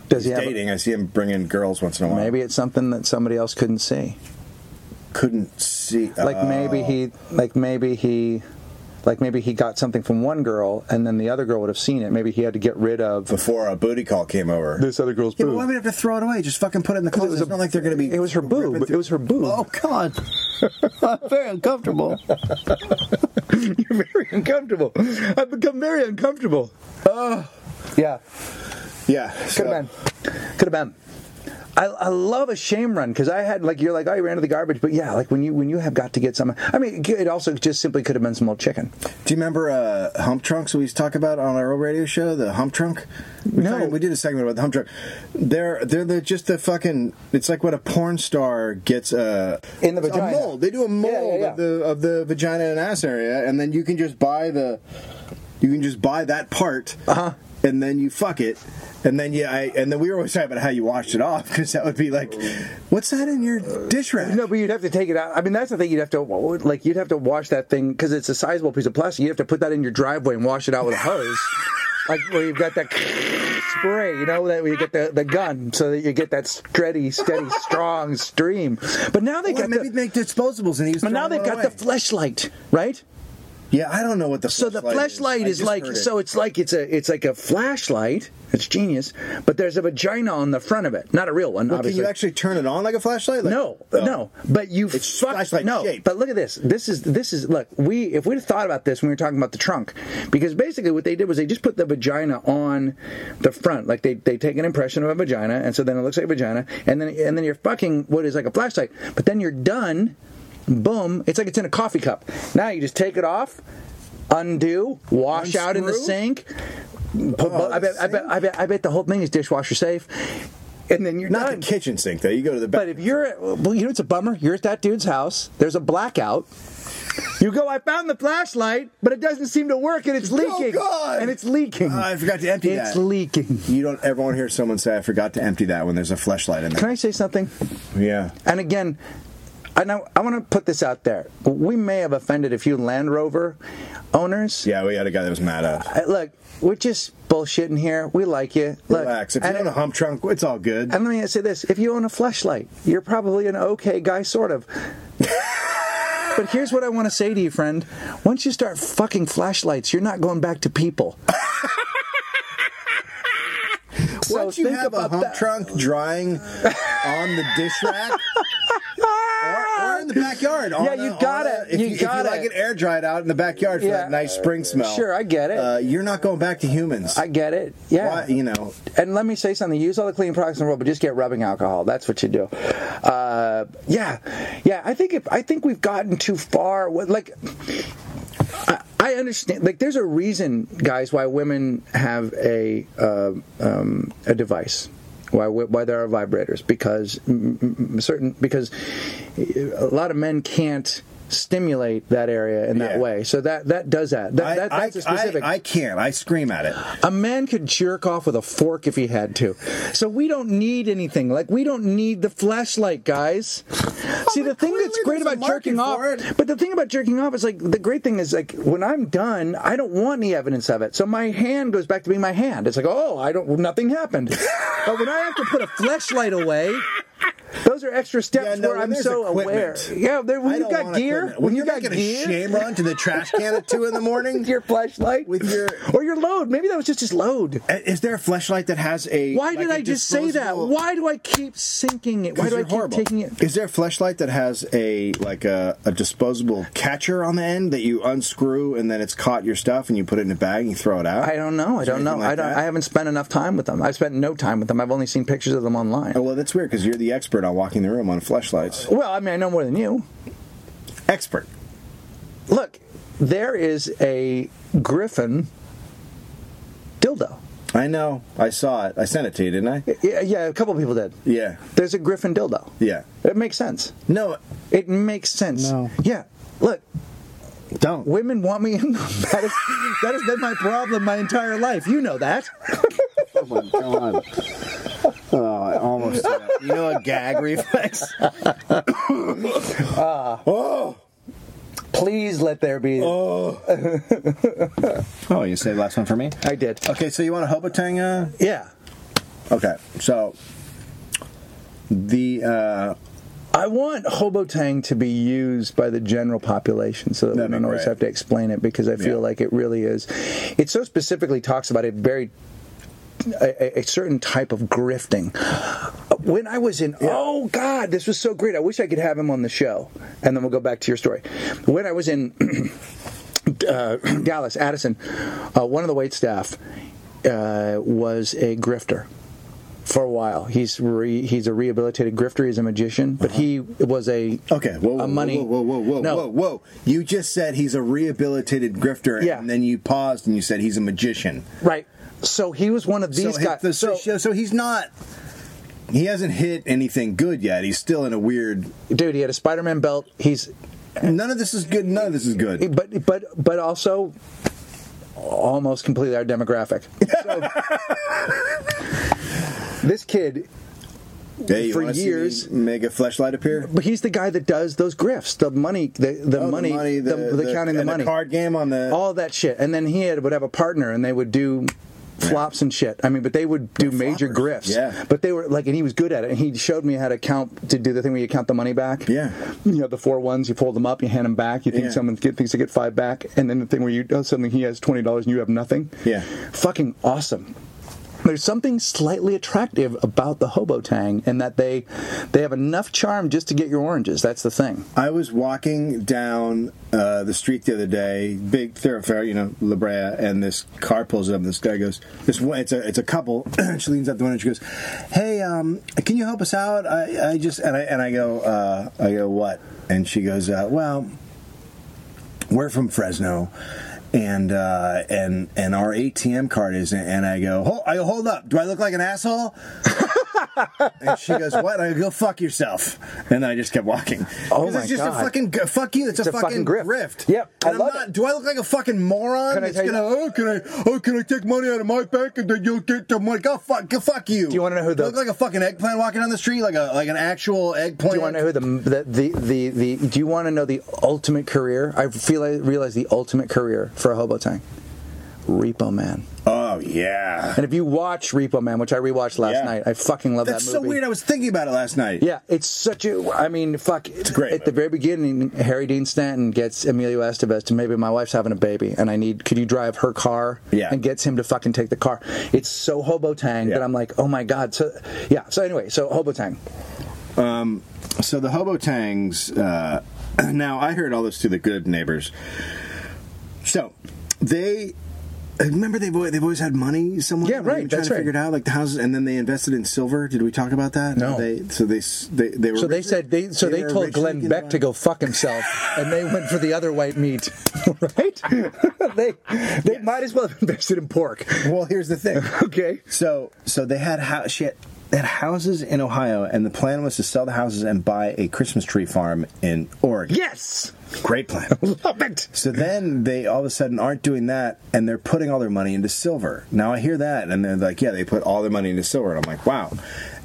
Speaker 2: Does he have?
Speaker 1: dating. I see him bringing girls once in a
Speaker 2: A,
Speaker 1: while.
Speaker 2: maybe it's something that somebody else couldn't see.
Speaker 1: couldn't see.
Speaker 2: like
Speaker 1: oh.
Speaker 2: maybe he like maybe he like maybe he got something from one girl and then the other girl would have seen it maybe he had to get rid of
Speaker 1: before a booty call came over.
Speaker 2: this other girl's
Speaker 1: yeah,
Speaker 2: boob
Speaker 1: but why would we have to throw it away? Just fucking put it in the
Speaker 2: it
Speaker 1: closet.
Speaker 2: was
Speaker 1: it's
Speaker 2: a-
Speaker 1: not like they're going to be.
Speaker 2: it was her boob.
Speaker 1: ripping
Speaker 2: It was her boob.
Speaker 1: Oh God! I'm very uncomfortable.
Speaker 2: you're very uncomfortable i've become very uncomfortable oh yeah
Speaker 1: Yeah.
Speaker 2: could
Speaker 1: so-
Speaker 2: have been could have been I, I love a shame run because I had like you're like oh you ran to the garbage, but yeah, like when you when you have got to get some. I mean, it also just simply could have been some old chicken.
Speaker 1: Do you remember uh, hump trunks we used to talk about on our old radio show? The hump trunk. We
Speaker 2: No.
Speaker 1: fucking- we did a segment about the hump trunk. They're they're the, just the fucking. It's like what a porn star gets uh,
Speaker 2: In the
Speaker 1: it's
Speaker 2: vagina.
Speaker 1: A mold. They do a mold
Speaker 2: yeah, yeah.
Speaker 1: Of, the, of the vagina and ass area, and then you can just buy the. You can just buy that part.
Speaker 2: Uh-huh.
Speaker 1: And then you fuck it, and then yeah, I, and then we were always talking about how you washed it off because that would be like, what's that in your dish rack?
Speaker 2: No, but you'd have to take it out. I mean, that's the thing. You'd have to like you'd have to wash that thing because it's a sizable piece of plastic. You'd have to put that in your driveway and wash it out with a hose, like where you've got that spray. You know that where you get the, the gun so that you get that steady, steady, strong stream. But now they
Speaker 1: Well,
Speaker 2: got
Speaker 1: maybe
Speaker 2: the,
Speaker 1: make disposables and he was.
Speaker 2: but now
Speaker 1: throwing
Speaker 2: they've
Speaker 1: one
Speaker 2: got the
Speaker 1: away.
Speaker 2: fleshlight, right?
Speaker 1: yeah, I don't know what the
Speaker 2: So the flashlight
Speaker 1: I
Speaker 2: is
Speaker 1: just
Speaker 2: like
Speaker 1: heard it.
Speaker 2: so it's like it's a it's like a flashlight. It's genius, but there's a vagina on the front of it, not a real one,
Speaker 1: Well, can
Speaker 2: obviously.
Speaker 1: you actually turn it on like a flashlight? Like-
Speaker 2: No,
Speaker 1: Oh.
Speaker 2: no. But you
Speaker 1: It's
Speaker 2: fuck-
Speaker 1: flashlight
Speaker 2: no.
Speaker 1: shaped.
Speaker 2: But look at this. This is this is look. We if we'd have thought about this when we were talking about the trunk, because basically what they did was they just put the vagina on the front, like they they take an impression of a vagina, and so then it looks like a vagina, and then and then you're fucking what is like a flashlight, but then you're done. Boom! It's like it's in a coffee cup. Now you just take it off, undo, wash out in the
Speaker 1: Unscrew?
Speaker 2: sink. Put,
Speaker 1: Oh,
Speaker 2: I, bet, I, bet, I bet I bet the whole thing is dishwasher safe, and then you're
Speaker 1: Not
Speaker 2: done.
Speaker 1: the kitchen sink though. You go to the back.
Speaker 2: But if you're, at, well, you know, it's a bummer. You're at that dude's house. There's a blackout. You go. I found the flashlight, but it doesn't seem to work, and it's leaking.
Speaker 1: Oh, God!
Speaker 2: And it's leaking.
Speaker 1: Ah, I forgot to empty
Speaker 2: it's
Speaker 1: that.
Speaker 2: leaking.
Speaker 1: you don't ever want to hear someone say, "I forgot to empty that" when there's a flashlight in
Speaker 2: Can
Speaker 1: there.
Speaker 2: I say something?
Speaker 1: Yeah.
Speaker 2: And again, I know I want to put this out there. We may have offended a few Land Rover owners.
Speaker 1: Yeah, we had a guy that was mad at. us.
Speaker 2: I- look, we're just bullshitting here. We like you. Look,
Speaker 1: Relax. If you
Speaker 2: and
Speaker 1: own a hump trunk, it's all good.
Speaker 2: And let me say this: if you own a flashlight, you're probably an okay guy, sort of. but here's what I want to say to you, friend: once you start fucking flashlights, you're not going back to people. so
Speaker 1: Once you
Speaker 2: think
Speaker 1: have a
Speaker 2: about
Speaker 1: hump
Speaker 2: that.
Speaker 1: trunk drying on the dish rack. Or, or in the backyard. on
Speaker 2: Yeah, you
Speaker 1: a-
Speaker 2: got
Speaker 1: on a-
Speaker 2: it.
Speaker 1: If
Speaker 2: You
Speaker 1: you, if
Speaker 2: got
Speaker 1: you like
Speaker 2: it.
Speaker 1: it air dried out in the backyard for
Speaker 2: Yeah.
Speaker 1: that nice spring smell.
Speaker 2: Sure, I get it.
Speaker 1: Uh, you're not going back to humans.
Speaker 2: I get it. Yeah.
Speaker 1: uh, Why- you know,
Speaker 2: and let me say something. Use all the cleaning products in the world, but just get rubbing alcohol. That's what you do. Uh, yeah, yeah. I think if I think we've gotten too far. With, like, I, I understand. Like, there's a reason, guys, why women have a uh, um, a device. Why, why there are vibrators because mm, mm, mm, certain because a lot of men can't stimulate that area in that
Speaker 1: Yeah.
Speaker 2: way so that that does that, that,
Speaker 1: I,
Speaker 2: that that's
Speaker 1: I,
Speaker 2: a specific
Speaker 1: I, I can't. I scream at it.
Speaker 2: a man could jerk off with a fork if he had to. So we don't need anything. Like we don't need the flashlight, guys. See, the
Speaker 1: but
Speaker 2: thing that's
Speaker 1: clearly
Speaker 2: great
Speaker 1: there's a
Speaker 2: about jerking off,
Speaker 1: market for it.
Speaker 2: but the thing about jerking off is like the great thing is like when I'm done, I don't want any evidence of it. So my hand goes back to being my hand. It's like, oh, I don't, nothing happened. but when I have to put a flashlight away. Those are extra steps
Speaker 1: Yeah, no,
Speaker 2: where
Speaker 1: when
Speaker 2: I'm
Speaker 1: there's
Speaker 2: so aware.
Speaker 1: equipment.
Speaker 2: Yeah, there, when
Speaker 1: I
Speaker 2: you
Speaker 1: don't
Speaker 2: got
Speaker 1: want
Speaker 2: gear,
Speaker 1: equipment.
Speaker 2: when, you
Speaker 1: you're
Speaker 2: got
Speaker 1: making
Speaker 2: gear,
Speaker 1: a shame run to the trash can at two in the morning.
Speaker 2: with your flashlight,
Speaker 1: With your-
Speaker 2: or your load. Maybe that was just his load.
Speaker 1: Is there a flashlight that has a?
Speaker 2: Why
Speaker 1: like
Speaker 2: did
Speaker 1: a
Speaker 2: I just say that?
Speaker 1: disposable-
Speaker 2: Why do I keep sinking it? Why
Speaker 1: 'Cause
Speaker 2: do I
Speaker 1: you're
Speaker 2: keep
Speaker 1: horrible.
Speaker 2: taking it?
Speaker 1: Is there a flashlight that has a like a, a disposable catcher on the end that you unscrew and then it's caught your stuff and you put it in a bag and you throw it out?
Speaker 2: I don't know. I
Speaker 1: Is there
Speaker 2: don't know.
Speaker 1: anything like
Speaker 2: I don't.
Speaker 1: that?
Speaker 2: I haven't spent enough time with them. I've spent no time with them. I've only seen pictures of them online.
Speaker 1: Oh, well, that's weird because you're the expert on walking the room on flashlights.
Speaker 2: Well, I mean, I know more than you.
Speaker 1: Expert.
Speaker 2: Look, there is a griffin dildo.
Speaker 1: I know. I saw it. I sent it to you, didn't I?
Speaker 2: Yeah, yeah, a couple people did.
Speaker 1: Yeah.
Speaker 2: There's a griffin dildo.
Speaker 1: Yeah.
Speaker 2: It makes sense.
Speaker 1: No,
Speaker 2: It makes sense.
Speaker 1: No.
Speaker 2: Yeah. Look,
Speaker 1: don't.
Speaker 2: women want me in them. That, is, that has been my problem my entire life. You know that.
Speaker 1: Oh my god. Oh, I almost did it. You know a gag reflex? oh!
Speaker 2: Please let there be.
Speaker 1: Oh! oh, you saved the last one for me?
Speaker 2: I did.
Speaker 1: Okay, so you want a Hobotang? Uh...
Speaker 2: Yeah.
Speaker 1: Okay, so. The. Uh,
Speaker 2: I want Hobotang to be used by the general population so that
Speaker 1: That'd
Speaker 2: we don't
Speaker 1: be
Speaker 2: always
Speaker 1: great.
Speaker 2: have to explain it because I
Speaker 1: Yeah.
Speaker 2: feel like it really is. It so specifically talks about a very a, a- a certain type of grifting. When I was in, oh God, this was so great. I wish I could have him on the show, and then we'll go back to your story. When I was in uh, Dallas, Addison, uh, one of the wait staff uh, was a grifter. for a while. He's re, he's a rehabilitated grifter. He's a magician, but he was a
Speaker 1: Okay, whoa, whoa,
Speaker 2: a money.
Speaker 1: whoa, whoa, whoa, whoa,
Speaker 2: no,
Speaker 1: whoa, whoa! You just said he's a rehabilitated grifter,
Speaker 2: Yeah.
Speaker 1: and then you paused and you said he's a magician.
Speaker 2: right. So he was one of these
Speaker 1: so,
Speaker 2: guys.
Speaker 1: he- so, so, he's not. He hasn't hit anything good yet. He's still in a weird.
Speaker 2: dude, he had a Spider-Man belt. He's
Speaker 1: None of this is good. None of this is good.
Speaker 2: but but but also almost completely our demographic. So, this kid,
Speaker 1: Hey, you
Speaker 2: for
Speaker 1: wanna see me
Speaker 2: years-
Speaker 1: make a fleshlight appear.
Speaker 2: but he's the guy that does those grifts, the money, the the,
Speaker 1: Oh,
Speaker 2: money, the, the counting the
Speaker 1: and
Speaker 2: money,
Speaker 1: card game on the
Speaker 2: all that shit. And then he had, would have a partner, and they would do flops and shit. I mean, but they would do major
Speaker 1: floppers.
Speaker 2: grifts.
Speaker 1: Yeah.
Speaker 2: But they were like, and he was good at it. And he showed me how to count to do the thing where you count the money back.
Speaker 1: Yeah.
Speaker 2: You know, the four ones, you fold them up, you hand them back. You think
Speaker 1: Yeah.
Speaker 2: someone get, thinks they get five back, and then the thing where you does something, he has twenty dollars, and you have nothing.
Speaker 1: Yeah.
Speaker 2: Fucking awesome. There's something slightly attractive about the hobo tang, and that they they have enough charm just to get your oranges. That's the thing.
Speaker 1: I was walking down uh, the street the other day, big thoroughfare, you know, La Brea, and this car pulls up. And this guy goes, "This one- it's a it's a couple." she leans out the window and she goes, "Hey, um, can you help us out? I, I just and I and I go, uh, I go what?" And she goes, uh, "Well, we're from Fresno." And uh, and and our ATM card is and I go hold I go, hold up do I look like an asshole? and she goes what? And I go, go fuck yourself. And I just kept walking.
Speaker 2: Oh
Speaker 1: 'Cause
Speaker 2: my
Speaker 1: it's just
Speaker 2: God.
Speaker 1: a fucking g- fuck you. It's, a, fucking, grift.
Speaker 2: Yep,
Speaker 1: And I
Speaker 2: I
Speaker 1: am
Speaker 2: love
Speaker 1: not,
Speaker 2: it.
Speaker 1: Do I look like a fucking moron?
Speaker 2: Can I
Speaker 1: it's
Speaker 2: tell you-
Speaker 1: gonna oh can I oh can I take money out of my bank and then you'll get the money? Go fuck go fuck you. Do
Speaker 2: you wanna know who
Speaker 1: I
Speaker 2: the-
Speaker 1: look like a fucking eggplant walking down the street like a like an actual eggplant?
Speaker 2: Do you want to know who the, the the the the? Do you want to know the ultimate career? I feel I realize the ultimate career for a hobo tank. Repo Man.
Speaker 1: Oh yeah.
Speaker 2: And if you watch Repo Man, which I rewatched last
Speaker 1: Yeah.
Speaker 2: night, I fucking love
Speaker 1: That's
Speaker 2: that
Speaker 1: so
Speaker 2: movie.
Speaker 1: weird. I was thinking about it last night.
Speaker 2: Yeah, it's such a. I mean, fuck. It's
Speaker 1: great
Speaker 2: At the
Speaker 1: movie.
Speaker 2: very beginning, Harry Dean Stanton gets Emilio Estevez to maybe my wife's having a baby, and I need. Could you drive her car?
Speaker 1: Yeah.
Speaker 2: And gets him to fucking take the car. It's so Hobotang
Speaker 1: Yeah.
Speaker 2: that I'm like, oh my god. So, yeah. So anyway, so Hobotang.
Speaker 1: So the Hobotangs. Uh, now I heard all this through the Good Neighbors. So they remember they've always, they've always had money somewhere.
Speaker 2: Yeah,
Speaker 1: They were
Speaker 2: right,
Speaker 1: Trying
Speaker 2: that's
Speaker 1: to
Speaker 2: right.
Speaker 1: figure it out, like the houses, and then they invested in silver. Did we talk about that?
Speaker 2: No.
Speaker 1: They, so they s- they they were.
Speaker 2: So they
Speaker 1: rich-
Speaker 2: said they. So they,
Speaker 1: were
Speaker 2: told
Speaker 1: originally
Speaker 2: Glenn
Speaker 1: gonna
Speaker 2: Beck
Speaker 1: buy-
Speaker 2: to go fuck himself, and they went for the other white meat, right? they they might as well have invested in pork.
Speaker 1: Well, here's the thing.
Speaker 2: Okay.
Speaker 1: So so they had ho- shit. They had houses in Ohio, and the plan was to sell the houses and buy a Christmas tree farm in Oregon.
Speaker 2: Yes,
Speaker 1: Great plan.
Speaker 2: love it.
Speaker 1: So then they all of a sudden aren't doing that, and they're putting all their money into silver. Now I hear that, and they're like, yeah, they put all their money into silver, and I'm like, wow.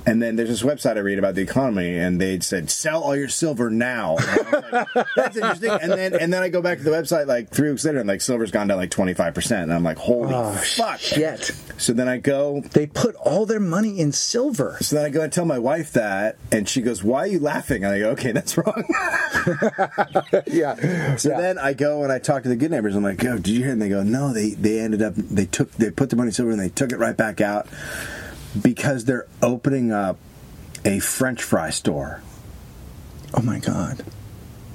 Speaker 1: And then there's this website I read about the economy, and they said, sell all your silver now. And I was like, That's interesting. And then and then I go back to the website like three weeks later, and like silver's gone down like 25, percent and I'm like, holy fuck.
Speaker 2: Shit.
Speaker 1: So then I go.
Speaker 2: They put all their money in silver.
Speaker 1: So then I go and tell my wife that, and she goes, "Why are you laughing?" And I go, "Okay, that's wrong."
Speaker 2: Yeah.
Speaker 1: So then I go and I talk to the good neighbors. I'm like, "Oh, did you hear?" And they go, "No, they they ended up they took they put the money in silver and they took it right back out because they're opening up a French fry store."
Speaker 2: Oh my god.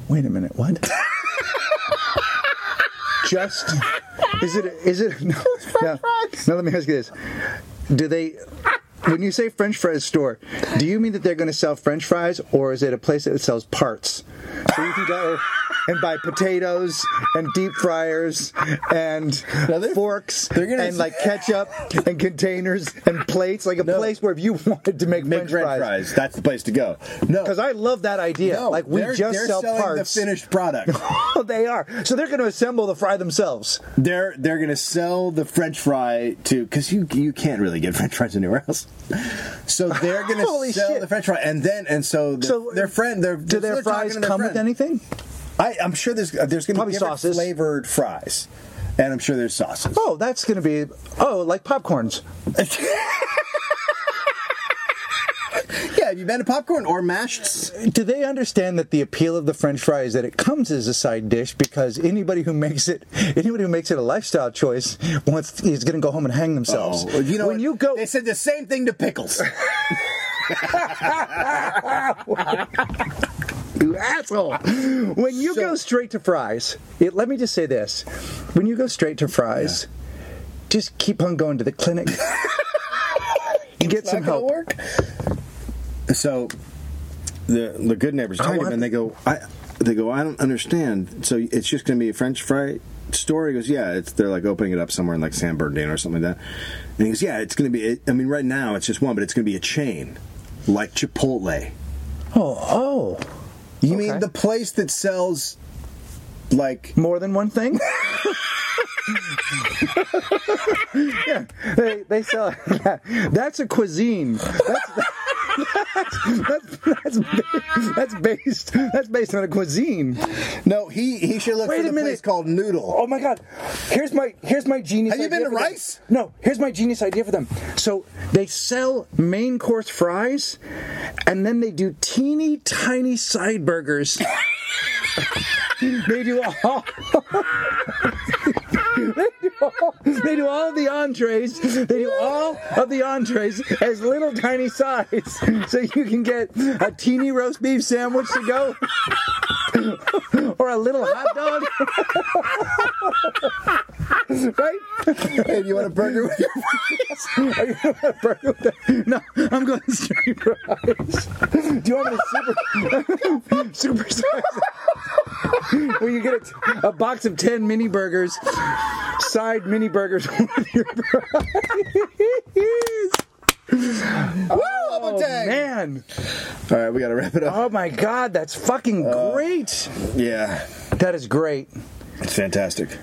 Speaker 2: Wait a minute. What? Just is it? Is it? No, no, no. Let me ask you this: Do they? When you say French fries store, do you mean that they're going to sell French fries, or is it a place that sells parts? So you can go and buy potatoes and deep fryers and forks
Speaker 1: they're gonna-
Speaker 2: and like ketchup and containers and plates, like a place where if you wanted to make,
Speaker 1: Make French fries. That's the place to go. No,
Speaker 2: because I love that idea.
Speaker 1: Uh, no,
Speaker 2: like we
Speaker 1: they're-
Speaker 2: just
Speaker 1: they're
Speaker 2: sell
Speaker 1: selling
Speaker 2: parts.
Speaker 1: the finished product.
Speaker 2: Oh, they are. So they're going to assemble the fry themselves.
Speaker 1: they're they're gonna sell the French fry to because you you can't really get French fries anywhere else. So they're gonna
Speaker 2: Holy
Speaker 1: sell
Speaker 2: shit.
Speaker 1: the French fry, and then and so, the,
Speaker 2: So
Speaker 1: their friend, their
Speaker 2: Do their fries come with anything?
Speaker 1: I, I'm sure there's uh, there's gonna
Speaker 2: Probably
Speaker 1: be different
Speaker 2: sauces.
Speaker 1: flavored fries, and I'm sure there's sauces.
Speaker 2: Oh, that's going to be oh, like popcorns.
Speaker 1: yeah, have you been to popcorn or mashed?
Speaker 2: Do they understand that the appeal of the French fry is that it comes as a side dish because anybody who makes it, anybody who makes it a lifestyle choice, wants is going to go home and hang themselves.
Speaker 1: Oh, you know
Speaker 2: when
Speaker 1: what?
Speaker 2: you go,
Speaker 1: They said the same thing to pickles.
Speaker 2: you asshole. When you go straight to fries, it, let me just say this: when you go straight to fries, just keep on going to the clinic. Get some help.
Speaker 1: Work. So the the good neighbors
Speaker 2: I
Speaker 1: tell him,
Speaker 2: want-
Speaker 1: and they go, I they go, I don't understand. So it's just going to be a French fry store. He goes, yeah, it's they're like opening it up somewhere in like San Bernardino or something like that. And he goes, yeah, it's going to be. It, I mean, right now it's just one, but it's going to be a chain like Chipotle.
Speaker 2: Oh, oh,
Speaker 1: You
Speaker 2: Okay.
Speaker 1: mean the place that sells like
Speaker 2: more than one thing. yeah, they, they sell. Yeah, that's a cuisine. That's, that's, that's, that's, that's based. That's based on a cuisine.
Speaker 1: no? He he should look for
Speaker 2: Wait a
Speaker 1: the
Speaker 2: minute.
Speaker 1: place called Noodle.
Speaker 2: Oh my God! Here's my here's my genius.
Speaker 1: Have you
Speaker 2: idea
Speaker 1: been to
Speaker 2: for them.
Speaker 1: Rice?
Speaker 2: No. Here's my genius idea for them. So they sell main course fries, and then they do teeny tiny side burgers. they do all. They do all- They do all of the entrees. They do all of the entrees as little tiny sides, so you can get a teeny roast beef sandwich to go, or a little hot dog, right?
Speaker 1: Hey, do you want a burger with your
Speaker 2: Are you gonna have burger with that? No, I'm going straight fries. Do you want me to super super size? Well, you get a, a box of ten mini burgers, side mini burgers with your fries.
Speaker 1: oh,
Speaker 2: Man,
Speaker 1: All right, we got to wrap it up.
Speaker 2: oh my God, that's fucking great.
Speaker 1: Yeah,
Speaker 2: That is great.
Speaker 1: it's fantastic.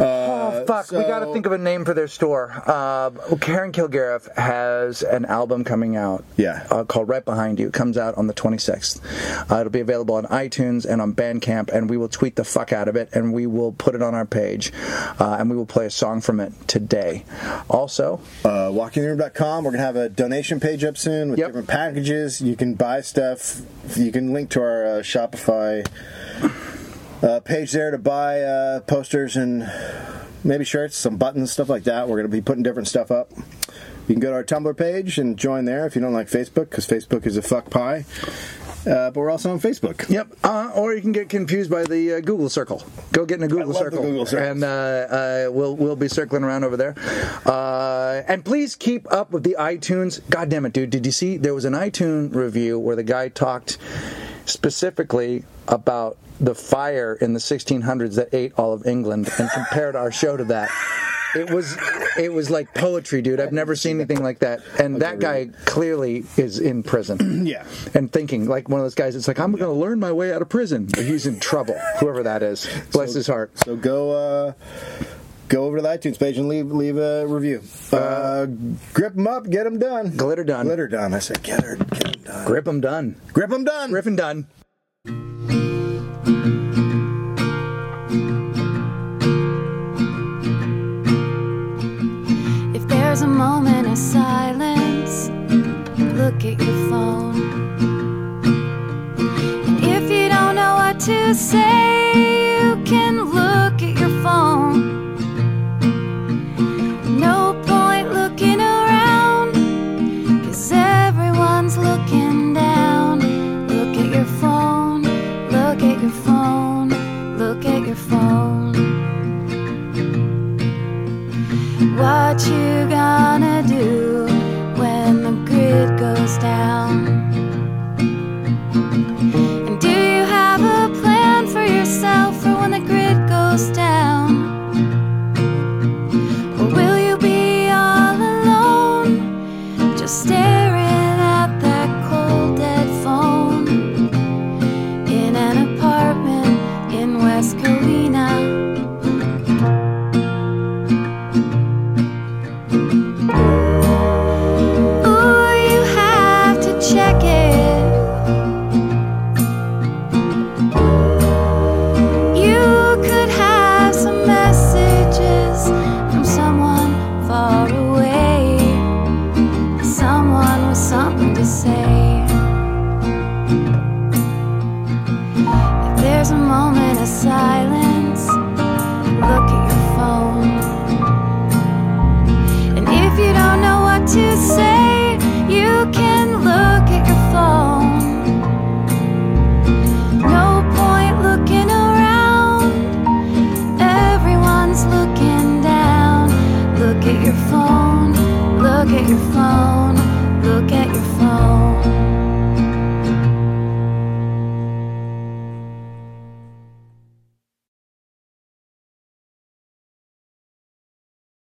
Speaker 2: Oh fuck, we got
Speaker 1: Uh,
Speaker 2: to
Speaker 1: so-
Speaker 2: think of a name for their store. Uh, Karen Kilgariff has an album coming out.
Speaker 1: Yeah.
Speaker 2: uh, called Right Behind You. It comes out on the 26th. Uh, it'll be available on iTunes and on Bandcamp, and we will tweet the fuck out of it, and we will put it on our page, uh, and we will play a song from it today. Also,
Speaker 1: uh, walkingtheroom.com. We're going to have a donation page up soon with
Speaker 2: Yep.
Speaker 1: different packages. You can buy stuff. You can link to our uh, Shopify uh, page there to buy uh, posters and maybe shirts, some buttons, stuff like that. We're going to be putting different stuff up. You can go to our Tumblr page and join there if you don't like Facebook, because Facebook is a fuck pie. Uh, but we're also on Facebook.
Speaker 2: Yep. Uh, or you can get confused by the uh, Google circle. Go get in a Google
Speaker 1: love the
Speaker 2: circle,
Speaker 1: Google circles.
Speaker 2: and uh, uh, we'll we'll be circling around over there. Uh, and please keep up with the iTunes. God damn it, dude! Did you see there was an iTunes review where the guy talked specifically about the fire in the 1600s that ate all of England and compared our show to that. It was it was like poetry, dude. I've never seen anything like that. And that guy clearly is in prison
Speaker 1: Yeah.
Speaker 2: and thinking like one of those guys it's like i'm going to learn my way out of prison But he's in trouble whoever that is bless his heart
Speaker 1: So go uh, go over to the iTunes page and leave leave a review. Uh, grip them up, get them done.
Speaker 2: glitter done
Speaker 1: Glitter done. I said, get her, get him done.
Speaker 2: grip him done
Speaker 1: Grip him done.
Speaker 2: griffin done
Speaker 3: If there's a moment of silence, look at your phone. And if you don't know what to say, you can look at your phone. No point looking around, cause everyone's looking down. Look at your phone, look at your phone, look at your phone. What you gonna do when the grid goes down? And do you have a plan for yourself for when the grid goes down? Or will you be all alone, just staring at that cold dead phone in an apartment in West Covina? Ooh, Oh, you have to check it. You could have some messages from someone far away, someone with something to say. If there's a moment of silence, look at your phone. And if you don't know what to say, you can look at your phone. No point looking around, everyone's looking down. Look at your phone, look at your phone, look at your phone.